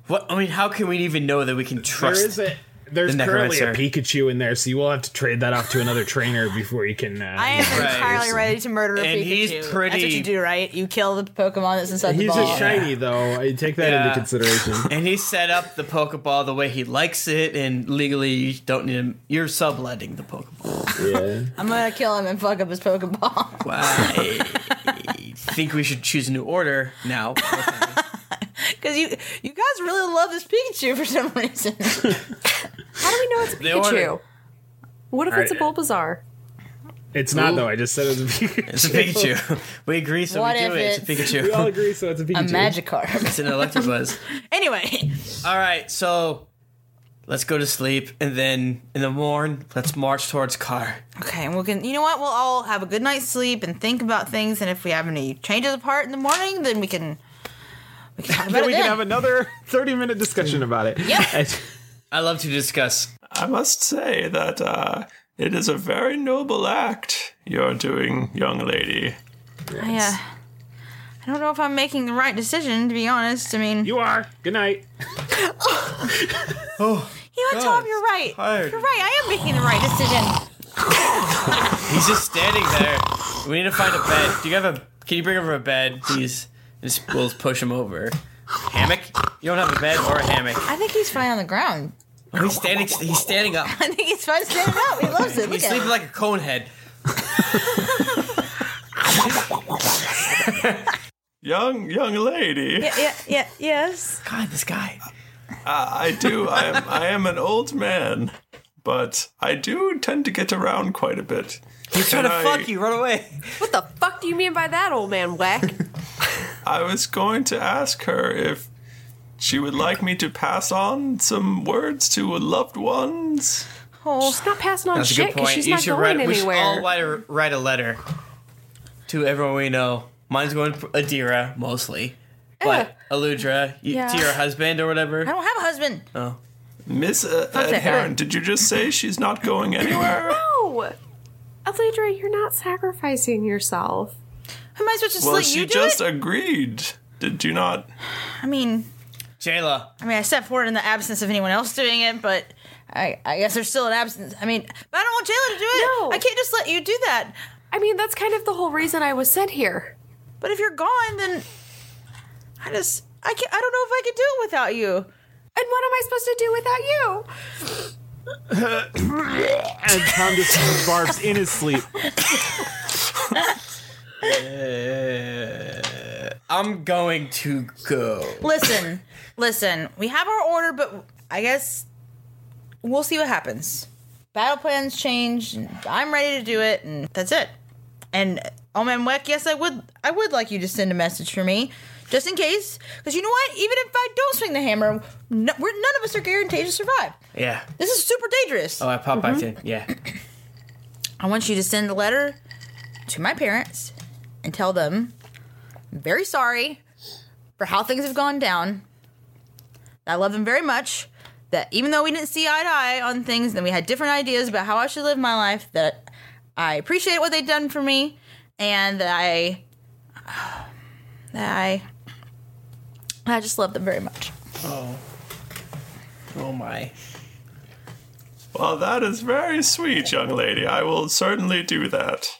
What I mean, how can we even know that we can trust?
There is a there's
the
currently a
Necromancer?
Pikachu in there, so you will have to trade that off to another trainer before you can. Uh,
I am
Right.
entirely ready to murder a
And
Pikachu.
he's
That's what
pretty-
you do, right? You kill the Pokemon that's inside the
He's
ball.
a shiny though. I take that
Yeah.
into consideration.
and he set up the Pokeball the way he likes it, and legally you don't need him. You're subletting the Pokeball.
I'm gonna kill him and fuck up his Pokeball.
Yeah. Wow. I think we should choose a new order now.
Because you you guys really love this Pikachu for some reason.
How do we know it's a
They
Pikachu?
ordered-
What if
All
it's a
right.
Bulbazar?
It's not
Ooh.
though. I just said it was a Pikachu.
It's a Pikachu. we agree, so
What
we do
if
it. It's, a Pikachu.
We all agree, so it's a Pikachu.
Magikarp.
It's an Electabuzz.
anyway,
All right, so Let's go to sleep, and then in the morn, let's march towards car.
Okay, and we can. You know what? We'll all have a good night's sleep and think about things. And if we have any changes of heart in the morning, then we can. We can talk about
then
it.
we can
then.
have another 30 minute discussion about it.
Yep.
I love to discuss.
I must say that uh, it is a very noble act you're doing, young lady.
I, uh, I don't know if I'm making the right decision, to be honest. I mean,
you are. Good night.
oh, you know, what, Tom, you're right.
tired.
You're right. I am making the right decision.
He's just standing there. We need to find a bed. Do you have a? Can you bring over a bed, please? And just- we'll just push him over. Hammock? You don't have a bed or a hammock.
I think he's fine on the ground.
Oh, he's standing. He's standing up.
I think he's fine standing up. He loves it. Look
He's
at
sleeping
him.
like a cone head.
Young, young lady.
Yeah, yeah, yeah, yes.
God, this guy.
Uh, I do. I am, I am an old man, but I do tend to get around quite a bit. He's
trying to fuck you. Run away.
What the fuck do you mean by that, old man whack?
I was going to ask her if she would like me to pass on some words to loved ones.
Oh.
She's not passing on
That's a
shit
good
because
point.
she's
you
not
should
going
write. We should
anywhere.
all write a, write a letter to everyone we know. Mine's going for Adira mostly, but Aludra you,
Yeah.
to your husband or
I
whatever.
don't have a husband.
Oh,
Miss uh,
Fuck that
Heron,
guy.
did you just say she's not going anywhere?
No! Alidra, you're not sacrificing yourself.
Am I supposed
well, she just agreed. Did you not?
I mean,
Jayla.
I mean, I stepped forward in the absence of anyone else doing it, but I, I guess there's still an absence. I mean, but I don't want Jayla to do it. I can't just let you do that.
I mean, that's kind of the whole reason I was sent here.
But if you're gone, then I just I can't. I don't know if I could do it without you. And
what am I supposed to do without you?
and Tom just barfs in his sleep.
Uh, I'm going to go.
Listen, listen. We have our order, but I guess we'll see what happens. Battle plans change. And I'm ready to do it, and that's it. And Omen Weck, yes, I would. I would like you to send a message for me, just in case. Because you know what? Even if I don't swing the hammer, no, we're, none of us are guaranteed to survive.
Yeah.
This is super dangerous.
Oh, I pop back
Mm-hmm.
in. Yeah.
I want you to send a letter to my parents and tell them I'm very sorry for how things have gone down. I love them very much. That even though we didn't see eye to eye on things and we had different ideas about how I should live my life, that I appreciate what they've done for me and that I that I I just love them very much.
Oh. Oh my.
Well, that is very sweet, young lady. I will certainly do that.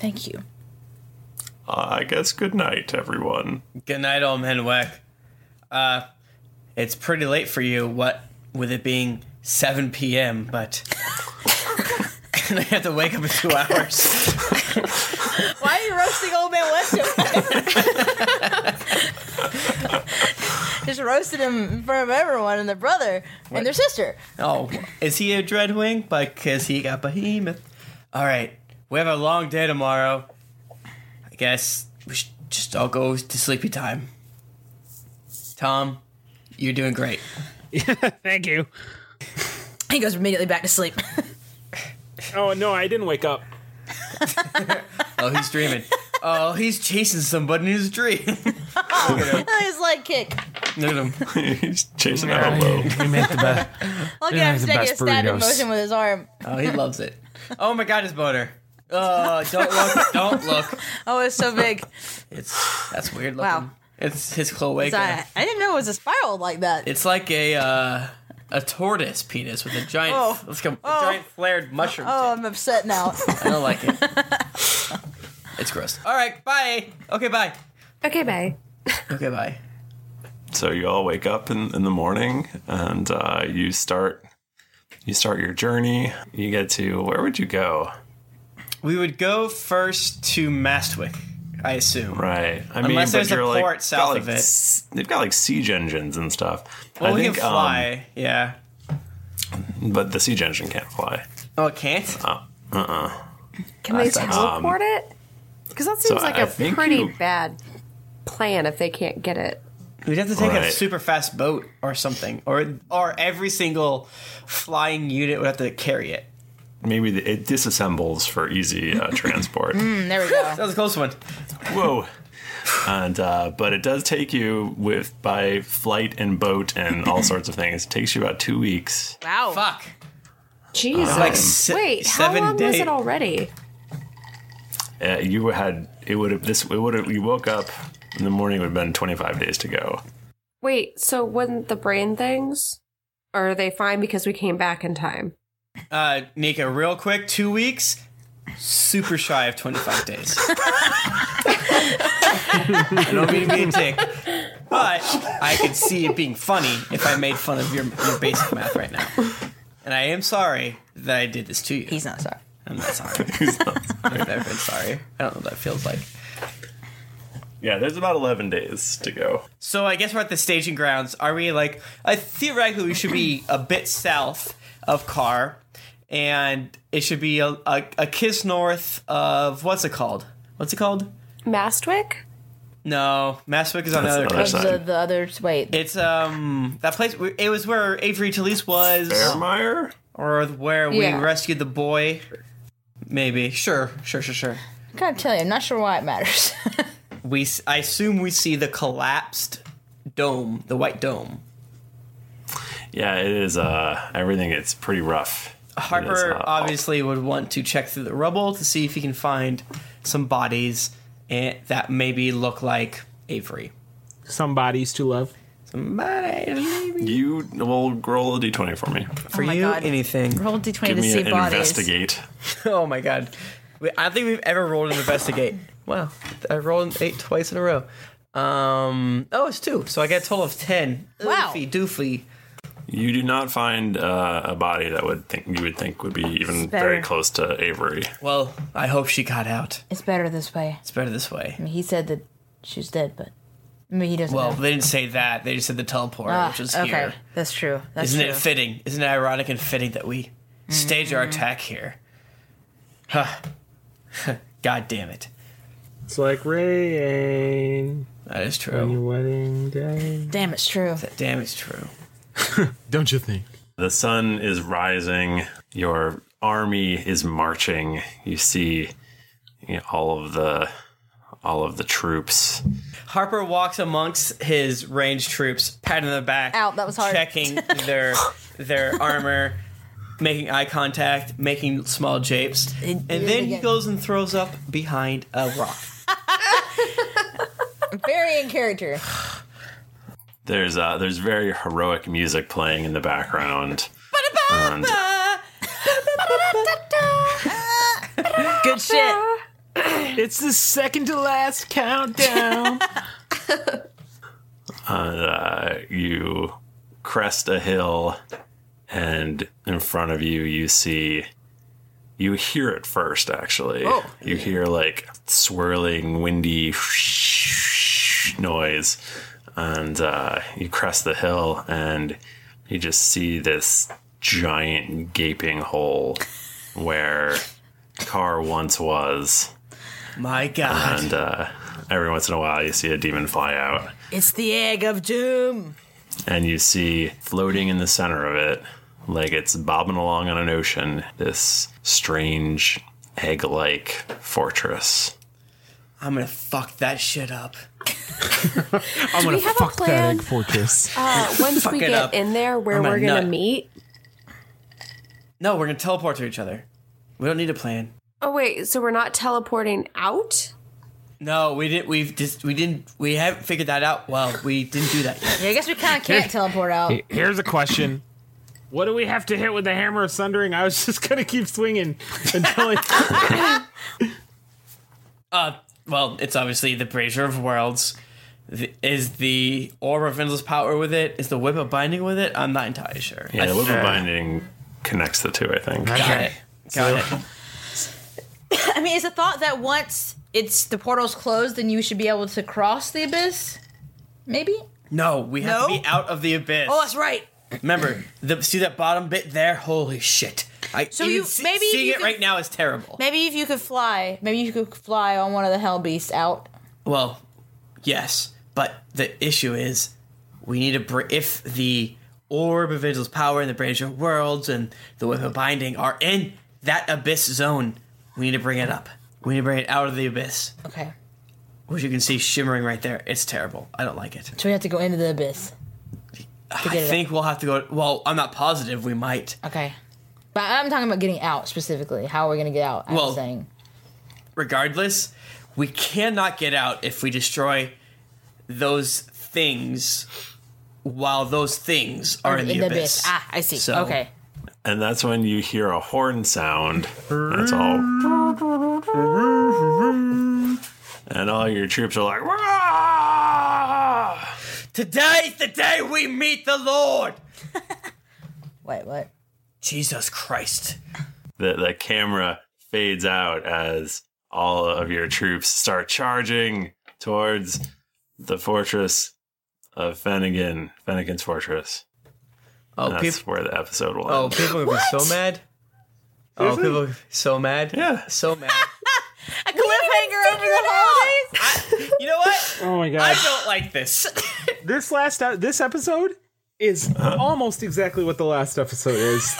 Thank you.
Uh, I guess good night, everyone.
Good night, old man Weck. Uh, it's pretty late for you. What with it being 7 p.m., but. And I have to wake up in two hours.
Why are you roasting old man West? Just roasted him in front of everyone and their brother and their sister.
Oh, is he a dreadwing? Because he got behemoth. All right, we have a long day tomorrow. I guess we should just all go to sleepy time. Tom, you're doing great.
Thank you.
He goes immediately back to sleep.
Oh, no, I didn't wake up.
Oh, he's dreaming. oh, he's chasing somebody in his dream.
His leg kick.
Look at
him. he's chasing a hello.
We make the best.
Look at him just taking a stabbing motion with his arm.
Oh, he loves it. Oh my God, his boner. Oh, don't look! Don't look!
Oh, it's so big.
It's that's weird looking.
Wow.
It's his
It's,
cloaca.
I, I didn't know it was a spiral like that.
It's like a uh, a tortoise penis with a giant
Oh.
let's go
Oh.
a giant flared mushroom.
Oh, I'm upset now.
I don't like it. it's gross. All right, bye. Okay, bye.
Okay, bye.
Okay, bye.
So you all wake up in, in the morning and uh, you start you start your journey. You get to where would you go?
We would go first to Mastwick, I assume.
Right. I mean,
Unless
but
there's a
you're, like,
port
got,
south
like,
of it.
s- They've got like siege engines and stuff.
Well,
I
we
think
can fly. yeah.
Um, but the siege engine can't fly.
Oh, it can't.
Uh uh.
Can
Uh,
they
um,
teleport it? Because that
so
seems like
I
a
think
pretty
you-
bad plan if they can't get it.
We'd have to take a
Right.
super fast boat or something, or or every single flying unit would have to carry it.
Maybe the, it disassembles for easy uh, transport.
Mm, there we go.
that was a close one.
Whoa. And uh, but it does take you with by flight and boat and all sorts of things. It takes you about two weeks.
Wow.
Fuck.
Jesus.
Like se-
Wait,
seven
how long was
day-
it already?
Uh, you had it would have this it would have you woke up in the morning it would have been twenty five days to go.
Wait, so wasn't the brain things? Or are they fine because we came back in time?
Uh, Nika, real quick, two weeks, super shy of twenty five days. I don't mean to be a dick, but I could see it being funny if I made fun of your, your basic math right now. And I am sorry that I did this to you. He's
not sorry.
I'm not sorry. I've never been sorry. I don't know what that feels like.
Yeah, there's about eleven days to go.
So I guess we're at the staging grounds. Are we like I theoretically we should be a bit south of Carr, and it should be a, a, a kiss north of what's it called? What's it called?
Mastwick?
No, Maswick is on
That's
the other,
the other side. The- other wait.
It's um that place. where- It was where Avery Talese was.
Fairmire,
or where we
Yeah.
rescued the boy. Maybe sure, sure, sure, sure.
I gotta tell you, I'm not sure why it matters.
We s- I assume we see the collapsed dome, the white dome.
Yeah, it is uh everything it's pretty rough. It is,
Harper
uh,
obviously would want to check through the rubble to see if he can find some bodies and that maybe look like Avery.
Some bodies to love.
Somebody.
You will roll a d twenty for me.
For you, anything.
Roll d20
Give me an investigate.
oh my god. Wait, I don't think we've ever rolled an investigate. wow. I rolled an eight twice in a row. Um, oh, it's two. So I got a total of 10. Wow. Doofy, doofy.
You do not find uh, a body that would think you would think would be even
better.
very close to Avery.
Well, I hope she got out.
it's better this way.
It's better this way.
I mean, he said that she's dead, but I mean, he doesn't.
Well,
know.
they didn't say that. They just said the teleport,
Ah,
which is
okay,
here.
that's true. That's
Isn't
true.
it fitting? Isn't it ironic and fitting that we stage our attack here? Huh. God damn it.
It's like rain.
That is true.
On your wedding day.
Damn, it's true.
Damn, it's true.
Don't you think? The sun is rising. Your army is marching. You see you know, all of the all of the troops.
Harper walks amongst his ranged troops, patting their back.
Ow, that was hard.
Checking their their armor, making eye contact, making small japes, and
did it
then he
again.
goes and throws up behind a rock.
Very in character.
There's uh, there's very heroic music playing in the background. And
Good shit.
It's the second to last countdown.
uh, you crest a hill, and in front of you, you see. You hear it first, actually.
Oh.
You hear like swirling, windy noise, and uh, you crest the hill, and you just see this giant gaping hole where Car once was.
My God!
And uh, every once in a while, you see a demon fly out
It's the egg of doom.
and you see floating in the center of it, like it's bobbing along on an ocean, this strange egg like fortress.
I'm gonna fuck that shit up.
I'm
gonna we have a fuck that plan? egg
fortress.
Uh, once
Fuck
we
it
get
up.
in there where
I'm a
we're going
nut.
to meet.
No, we're gonna teleport to each other. We don't need a plan.
Oh, wait, so we're not teleporting out?
No, we didn't. We've just we didn't. We haven't figured that out. Well, we didn't do that yet.
Yeah, I guess we kind of can't teleport out.
He- Here's a question. What do we have to hit with the hammer of sundering? I was just gonna keep swinging until I.
Uh, well, it's obviously the brazier of worlds. Th- Is the orb of endless power with it? Is the whip of binding with it? I'm not entirely sure.
Yeah,
I
the whip of
think-
binding connects the two, I think.
Got it. Got it.
I mean, it's a thought that once it's the portal's closed, then you should be able to cross the abyss. Maybe.
No, we have to be out of the abyss.
Oh, that's right.
Remember, the, see that bottom bit there? Holy shit! I
So
even
you-
see-
maybe if
seeing
you
it
could-
right now is terrible.
Maybe if you could fly, maybe you could fly on one of the hell beasts out.
Well, yes, But the issue is, we need to br- if the orb of Vigil's power and the brazier worlds and the whip of binding are in that abyss zone, we need to bring it up. We need to bring it out of the abyss,
Okay.
which you can see shimmering right there. It's terrible. I don't like it.
So we have to go into the abyss. To
I
get it
think we'll have to go. Well, I'm not positive. We might.
Okay. But I'm talking about getting out specifically. How are we going to get out? I'm
Well-
saying.
regardless, we cannot get out if we destroy those things while those things are in, the, abyss.
Ah, I see.
So-
okay.
And that's when you hear a horn sound. That's all. And all your troops are like, "Wah!"
Today's the day we meet the Lord.
Wait, what?
Jesus Christ.
the, the camera fades out as all of your troops start charging towards the fortress of Fennigan, Fennigan's fortress.
Oh,
And that's
peop-
where the episode will
Oh,
end.
people are gonna be so mad. Oh,
Seriously?
people are gonna be so mad. Yeah, so mad.
A cliffhanger over the holidays?
you know what?
Oh my
I don't like this.
this last e- this episode is almost exactly what the last episode is.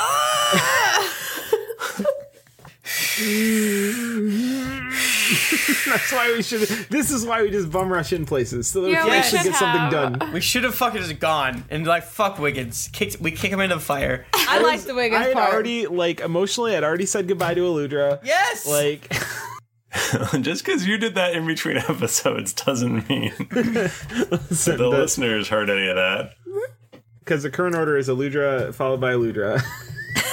That's why we should. This is why we just bum rush in places so that we can actually get something done.
We should have fucking just gone and like fuck Wiggins. Kicked, we kick him into the fire.
I like the Wiggins
I had
part.
already like emotionally, I'd already said goodbye to Aludra.
Yes.
Like
Just because you did that in between episodes doesn't mean that the listeners heard any of that.
because the current order is Aludra followed by Aludra.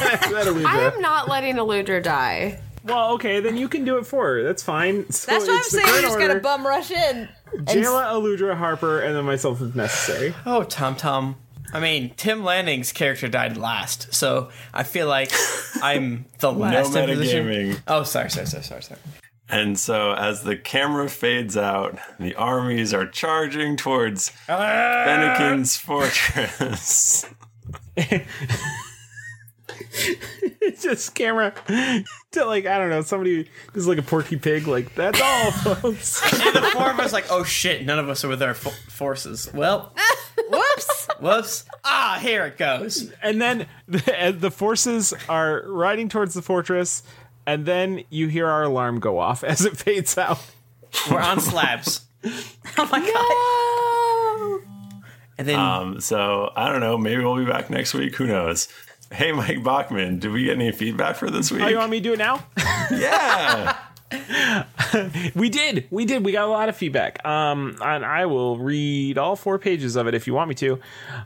After that, Aludra.
I am not letting Aludra die.
Well, okay, then you can do it for her. That's fine. So
That's what I'm
it's the
saying. You
current
just got
order,
to bum rush in. And s-
Jayla, Aludra, Harper, and then myself if necessary.
Oh, Tom Tom. I mean, Tim Lanning's character died last, so I feel like I'm the last in position.
metagaming.
Oh, sorry, sorry, sorry, sorry, sorry.
And so, as the camera fades out, the armies are charging towards Fennekin's fortress.
It's just camera to like I don't know somebody this is like a Porky Pig. Like that's all, folks.
And the four of us like, oh shit, none of us are with our fo- forces. Well,
whoops,
whoops. Ah, here it goes.
And then the, and the forces are riding towards the fortress, and then you hear our alarm go off as it fades out.
We're on slabs.
Oh
And then,
um, so I don't know. Maybe we'll be back next week. Who knows? Hey, Mike Bachman, did we get any feedback for this week?
Oh, you want me to do it now?
yeah.
we did. We did. We got a lot of feedback. Um, and I will read all four pages of it if you want me to.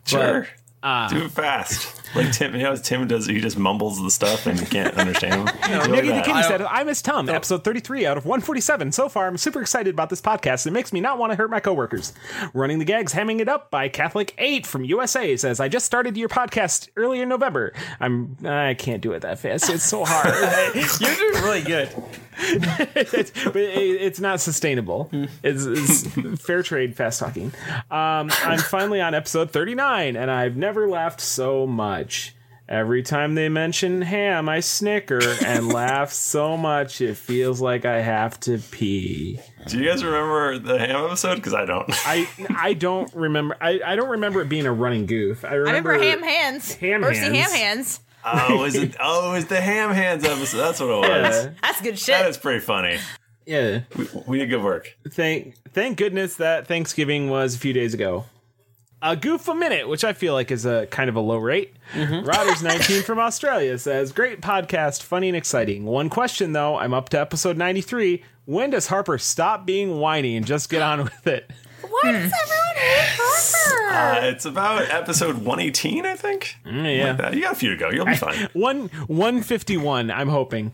Sure.
But, uh,
do it fast. Like Tim, you know, how Tim does. He just mumbles the stuff and you can't understand him.
No,
Really
Nikki the
bad.
Kitty said, I miss Tom, episode 33 out of 147. So far, I'm super excited about this podcast. It makes me not want to hurt my coworkers. Running the gags, hemming it up by Catholic8 from USA says, I just started your podcast earlier in November. I'm, I can't do it that fast. It's so hard.
You're doing really good.
it's, but it- it's not sustainable.
Mm.
It's, it's fair trade, fast talking. Um, I'm finally on episode 39, and I've never laughed so much. Every time they mention ham, I snicker and laugh so much it feels like I have to pee.
Do you guys remember the ham episode? Because I don't.
I I don't remember. I, I don't remember it being a running goof. I
I
remember,
remember ham hands.
Ham
Mercy ham
hands.
hands.
Oh, is it? Oh, it's the ham hands episode. That's what it was.
Yeah.
That's good shit.
That is pretty funny.
Yeah,
we, we did good work.
Thank thank goodness that Thanksgiving was a few days ago. A goof a minute, which I feel like is a kind of a low rate.
Mm-hmm.
Rodders nineteen from Australia says, "Great podcast, funny and exciting. One question though, I'm up to episode ninety three. When does Harper stop being whiny and just get on with it?
Why
Hmm.
does everyone hate Harper?
Uh, it's about episode 118, I think.
Mm, yeah.
Like that. You got a few to go. You'll be fine.
One one fifty one. I'm hoping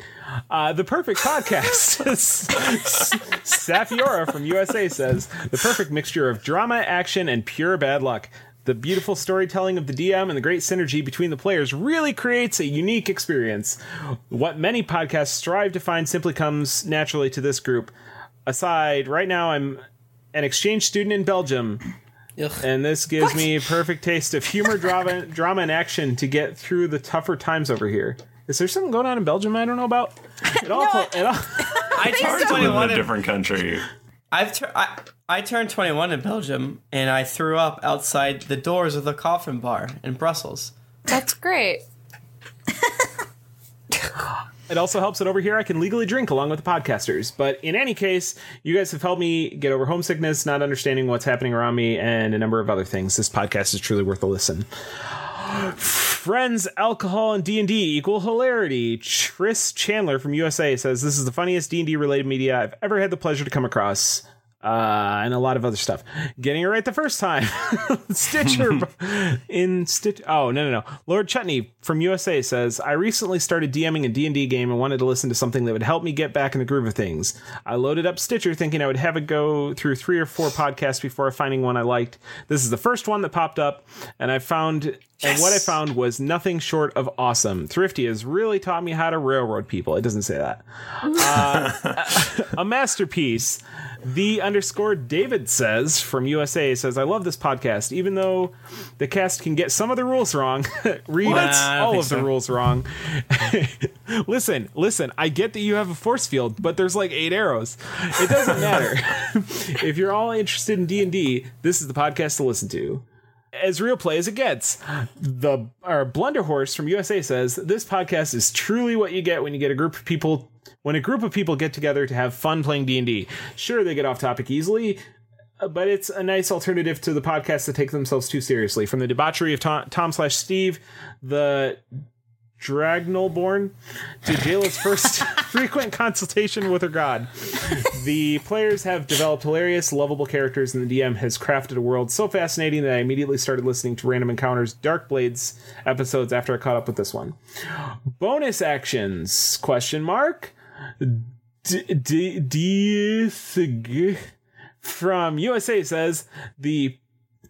uh, the perfect podcast. S- S- Safiora from USA says the perfect mixture of drama, action, and pure bad luck. The beautiful storytelling of the DM and the great synergy between the players really creates a unique experience. What many podcasts strive to find simply comes naturally to this group. Aside, right now I'm an exchange student in Belgium. And this gives me a perfect taste of humor, drama, drama, and action to get through the tougher times over here. Is there something going on in Belgium I don't know about? It all, it all
I turned
It's in
21
a
in,
different country.
I've tur- I, I turned 21 in Belgium and I threw up outside the doors of the coffin bar in Brussels.
That's great.
It also helps that over here I can legally drink along with the podcasters. But in any case, you guys have helped me get over homesickness, not understanding what's happening around me, and a number of other things. This podcast is truly worth a listen. Friends, alcohol, and D and D equal hilarity. Tris Chandler from USA says this is the funniest D and D related media I've ever had the pleasure to come across, uh, and a lot of other stuff. Getting it right the first time. Stitcher in Stitch. Oh no no no. Lord Chutney from USA says I recently started DMing a D and D game and wanted to listen to something that would help me get back in the groove of things. I loaded up Stitcher thinking I would have it go through three or four podcasts before finding one I liked. This is the first one that popped up, and I found and what I found was nothing short of awesome. Thrifty has really taught me how to railroad people. It doesn't say that. Uh, a masterpiece. The underscore David says from USA says, I love this podcast, even though the cast can get some of the rules wrong. Read
What? Nah, I don't
all
think
of the
so.
rules wrong. listen, listen, I get that you have a force field, but there's like eight arrows. It doesn't matter. if you're all interested in D&D, this is the podcast to listen to as real play as it gets. The our Blunderhorse from USA says this podcast is truly what you get when you get a group of people when a group of people get together to have fun playing D and D. Sure, they get off topic easily. uh, But it's a nice alternative to the podcasts that take themselves too seriously. From the debauchery of Tom, Tom slash Steve, the Dragnolborn to Jayla's first frequent consultation with her god. The players have developed hilarious, lovable characters, and the DM has crafted a world so fascinating that I immediately started listening to Random Encounters Dark Blades episodes after I caught up with this one. Bonus actions? Question mark. D- D- D- Sig- from USA says the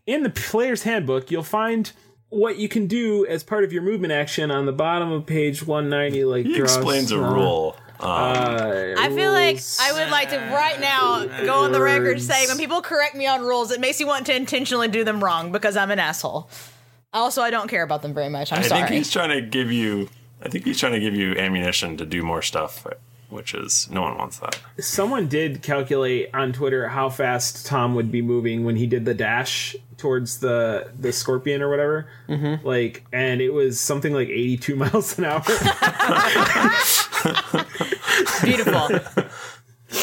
in the player's handbook you'll find what you can do as part of your movement action on the bottom of page 190 like
He
draws,
explains a
uh,
rule. Um,
uh,
I feel like I would like to right now go on the record saying when people correct me on rules, it makes me want to intentionally do them wrong because I'm an asshole. Also, I don't care about them very much. I'm
I
sorry.
think he's trying to give you. I think he's trying to give you ammunition to do more stuff, which is no one wants that.
someone did calculate on Twitter how fast Tom would be moving when he did the dash towards the the scorpion or whatever. Mm-hmm. Like, and it was something like 82 miles an hour.
Beautiful.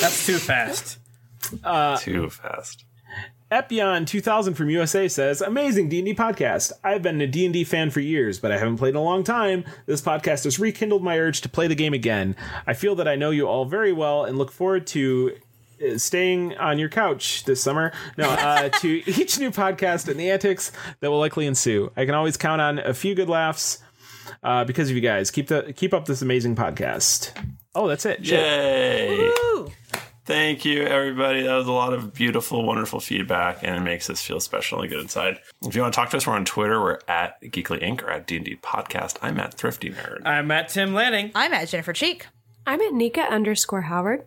That's too fast. Uh,
Too fast.
Epion 2000 from USA says, "Amazing D&D podcast. I've been a D&D fan for years, but I haven't played in a long time. This podcast has rekindled my urge to play the game again. I feel that I know you all very well and look forward to uh, staying on your couch this summer. No, uh, to each new podcast and the antics that will likely ensue. I can always count on a few good laughs uh, because of you guys. Keep the keep up this amazing podcast." Oh, that's it. Shit.
Yay! Thank you, everybody. That was a lot of beautiful, wonderful feedback, and it makes us feel special and good inside. If you want to talk to us, we're on Twitter. We're at Geekly Inc. or at D&D Podcast. I'm at Thrifty Nerd.
I'm at Tim Lanning.
I'm at Jennifer Cheek.
I'm at Nika underscore Howard.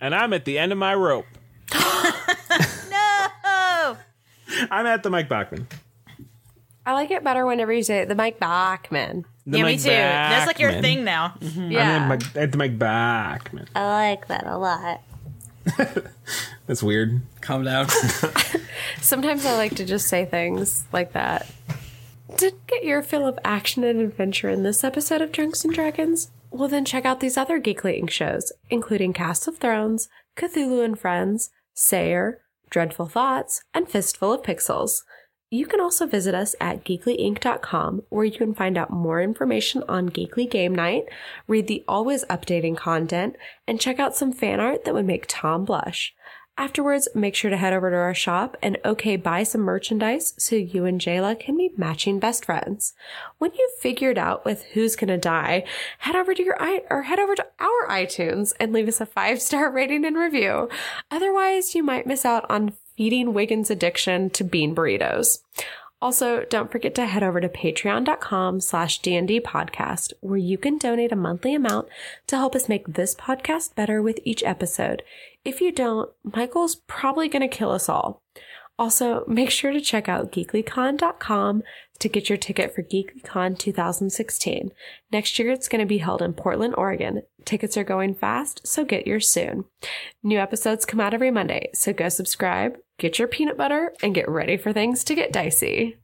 And I'm at the end of my rope.
Oh,
I'm at the Mike Bachman.
I like it better whenever you say it, the Mike Bachman.
The Yeah, me Mike too. That's like your Bachman. thing
now.
Mm-hmm.
Yeah.
I'm at Mike, at the Mike Bachman.
I like that a lot.
That's weird.
Calm down.
Sometimes I like to just say things like that. Did get your fill of action and adventure in this episode of Drunks and Dragons? Well, then check out these other Geekly Inc. shows, including Cast of Thrones, Cthulhu and Friends, Sayer, Dreadful Thoughts, and Fistful of Pixels. You can also visit us at geeklyinc.com, where you can find out more information on Geekly Game Night, read the always updating content, and check out some fan art that would make Tom blush. Afterwards, make sure to head over to our shop and okay, buy some merchandise so you and Jayla can be matching best friends. When you've figured out with who's gonna die, head over to your i or head over to our iTunes and leave us a five star rating and review. Otherwise, you might miss out on feeding Wiggins' addiction to bean burritos. Also, don't forget to head over to patreon.com slash D&D podcast, where you can donate a monthly amount to help us make this podcast better with each episode. If you don't, Michael's probably going to kill us all. Also, make sure to check out geeklycon.com to get your ticket for GeeklyCon 2016. Next year, it's going to be held in Portland, Oregon. Tickets are going fast, so get yours soon. New episodes come out every Monday, so go subscribe, get your peanut butter, and get ready for things to get dicey.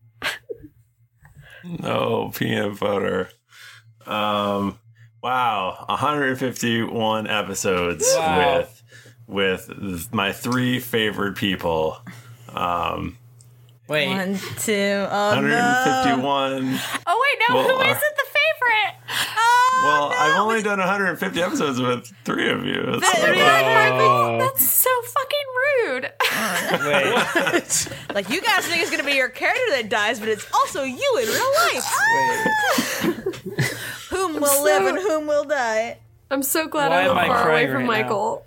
No peanut butter. Um, wow, 151 episodes
Wow.
with with th- my three favorite people. Um,
Wait,
One, two, oh no.
151.
Oh wait, no,
Well,
who
uh,
is it the favorite?
well, I've only done 150 episodes with three of you. It's
That-
like- uh,
That's so fucking rude.
Like you guys think it's gonna be your character that dies, but it's also you in real life. whom will
so-
live and whom will die?
I'm so glad
Why
I'm
am I
far away
crying
from
right now?
Michael.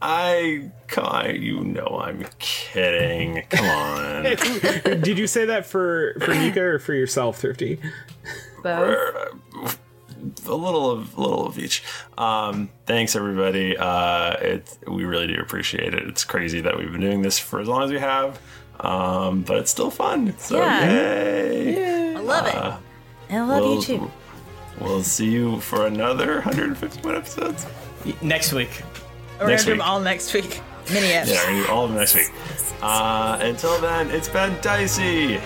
I, come on, you know I'm kidding. Come on.
Did you say that for for Nika or for yourself, Thrifty?
a little of a little of each. Um, thanks everybody. Uh, it we really do appreciate it. It's crazy that we've been doing this for as long as we have, um, but it's still fun. So
Yeah.
yay!
I love it.
Uh,
And I love you
we'll-
too.
We'll see you for another 151 episodes.
Next week.
We're
next
gonna do
week.
them all next week. Mini
yeah,
eps.
we're gonna do all of them next week. Uh, until then, it's been dicey.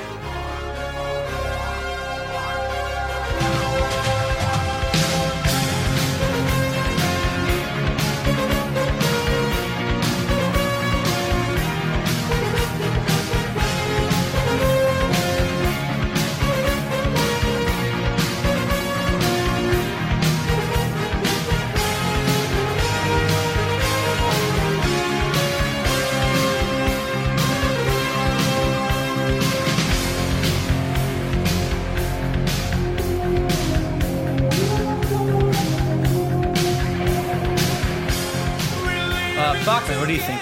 Uh, Bachman, what do you think?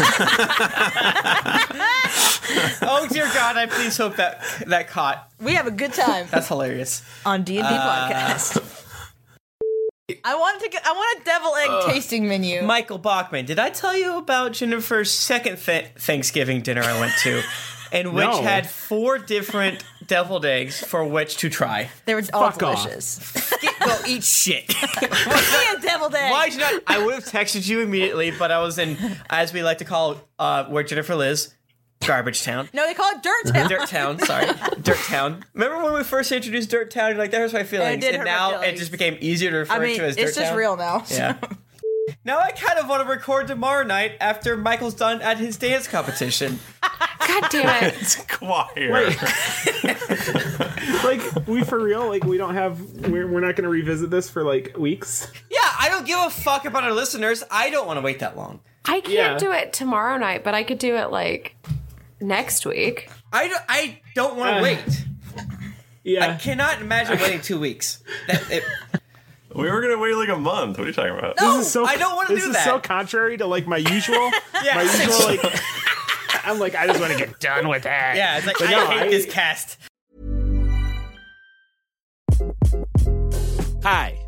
oh dear God! I please hope that that caught.
We have a good time
That's hilarious.
on D and D
Uh,
podcast. I want to. Get, I want a devil egg
Ugh.
tasting menu.
Michael Bachman, did I tell you about Jennifer's second th- Thanksgiving dinner I went to, and which
No.
had four different deviled eggs for which to try?
they were all
Fuck off.
delicious.
Go eat shit.
Be a deviled egg.
Why'd you not? I would have texted you immediately, but I was in, as we like to call it, uh, where Jennifer lives, garbage town.
No, they call it dirt town.
Dirt Town, sorry. Dirt Town. Remember when we first introduced Dirt Town? You're like, there's my feelings.
did hurt my
now it
feelings.
just became easier to refer
I mean,
to as Dirt
it's just
Town.
real now.
Yeah. now I kind of want to record tomorrow night after Michael's done at his dance competition.
God
damn it.
it's choir.
like we for real? Like we don't have? We're, we're not going to revisit this for like weeks.
Yeah, I don't give a fuck about our listeners. I don't want to wait that long.
I can't
Yeah.
do it tomorrow night, but I could do it like next week.
I don't, I don't want to
Uh,
wait.
Yeah.
I cannot imagine waiting two weeks. That, it,
We were gonna wait like a month. What are you talking about?
this is so,
I don't wanna
This
do
is
that.
so contrary to like my usual.
Yeah.
My usual like. I'm like I just want to get done with that.
yeah, it's like,
But
I
no,
hate this cast.
Hi,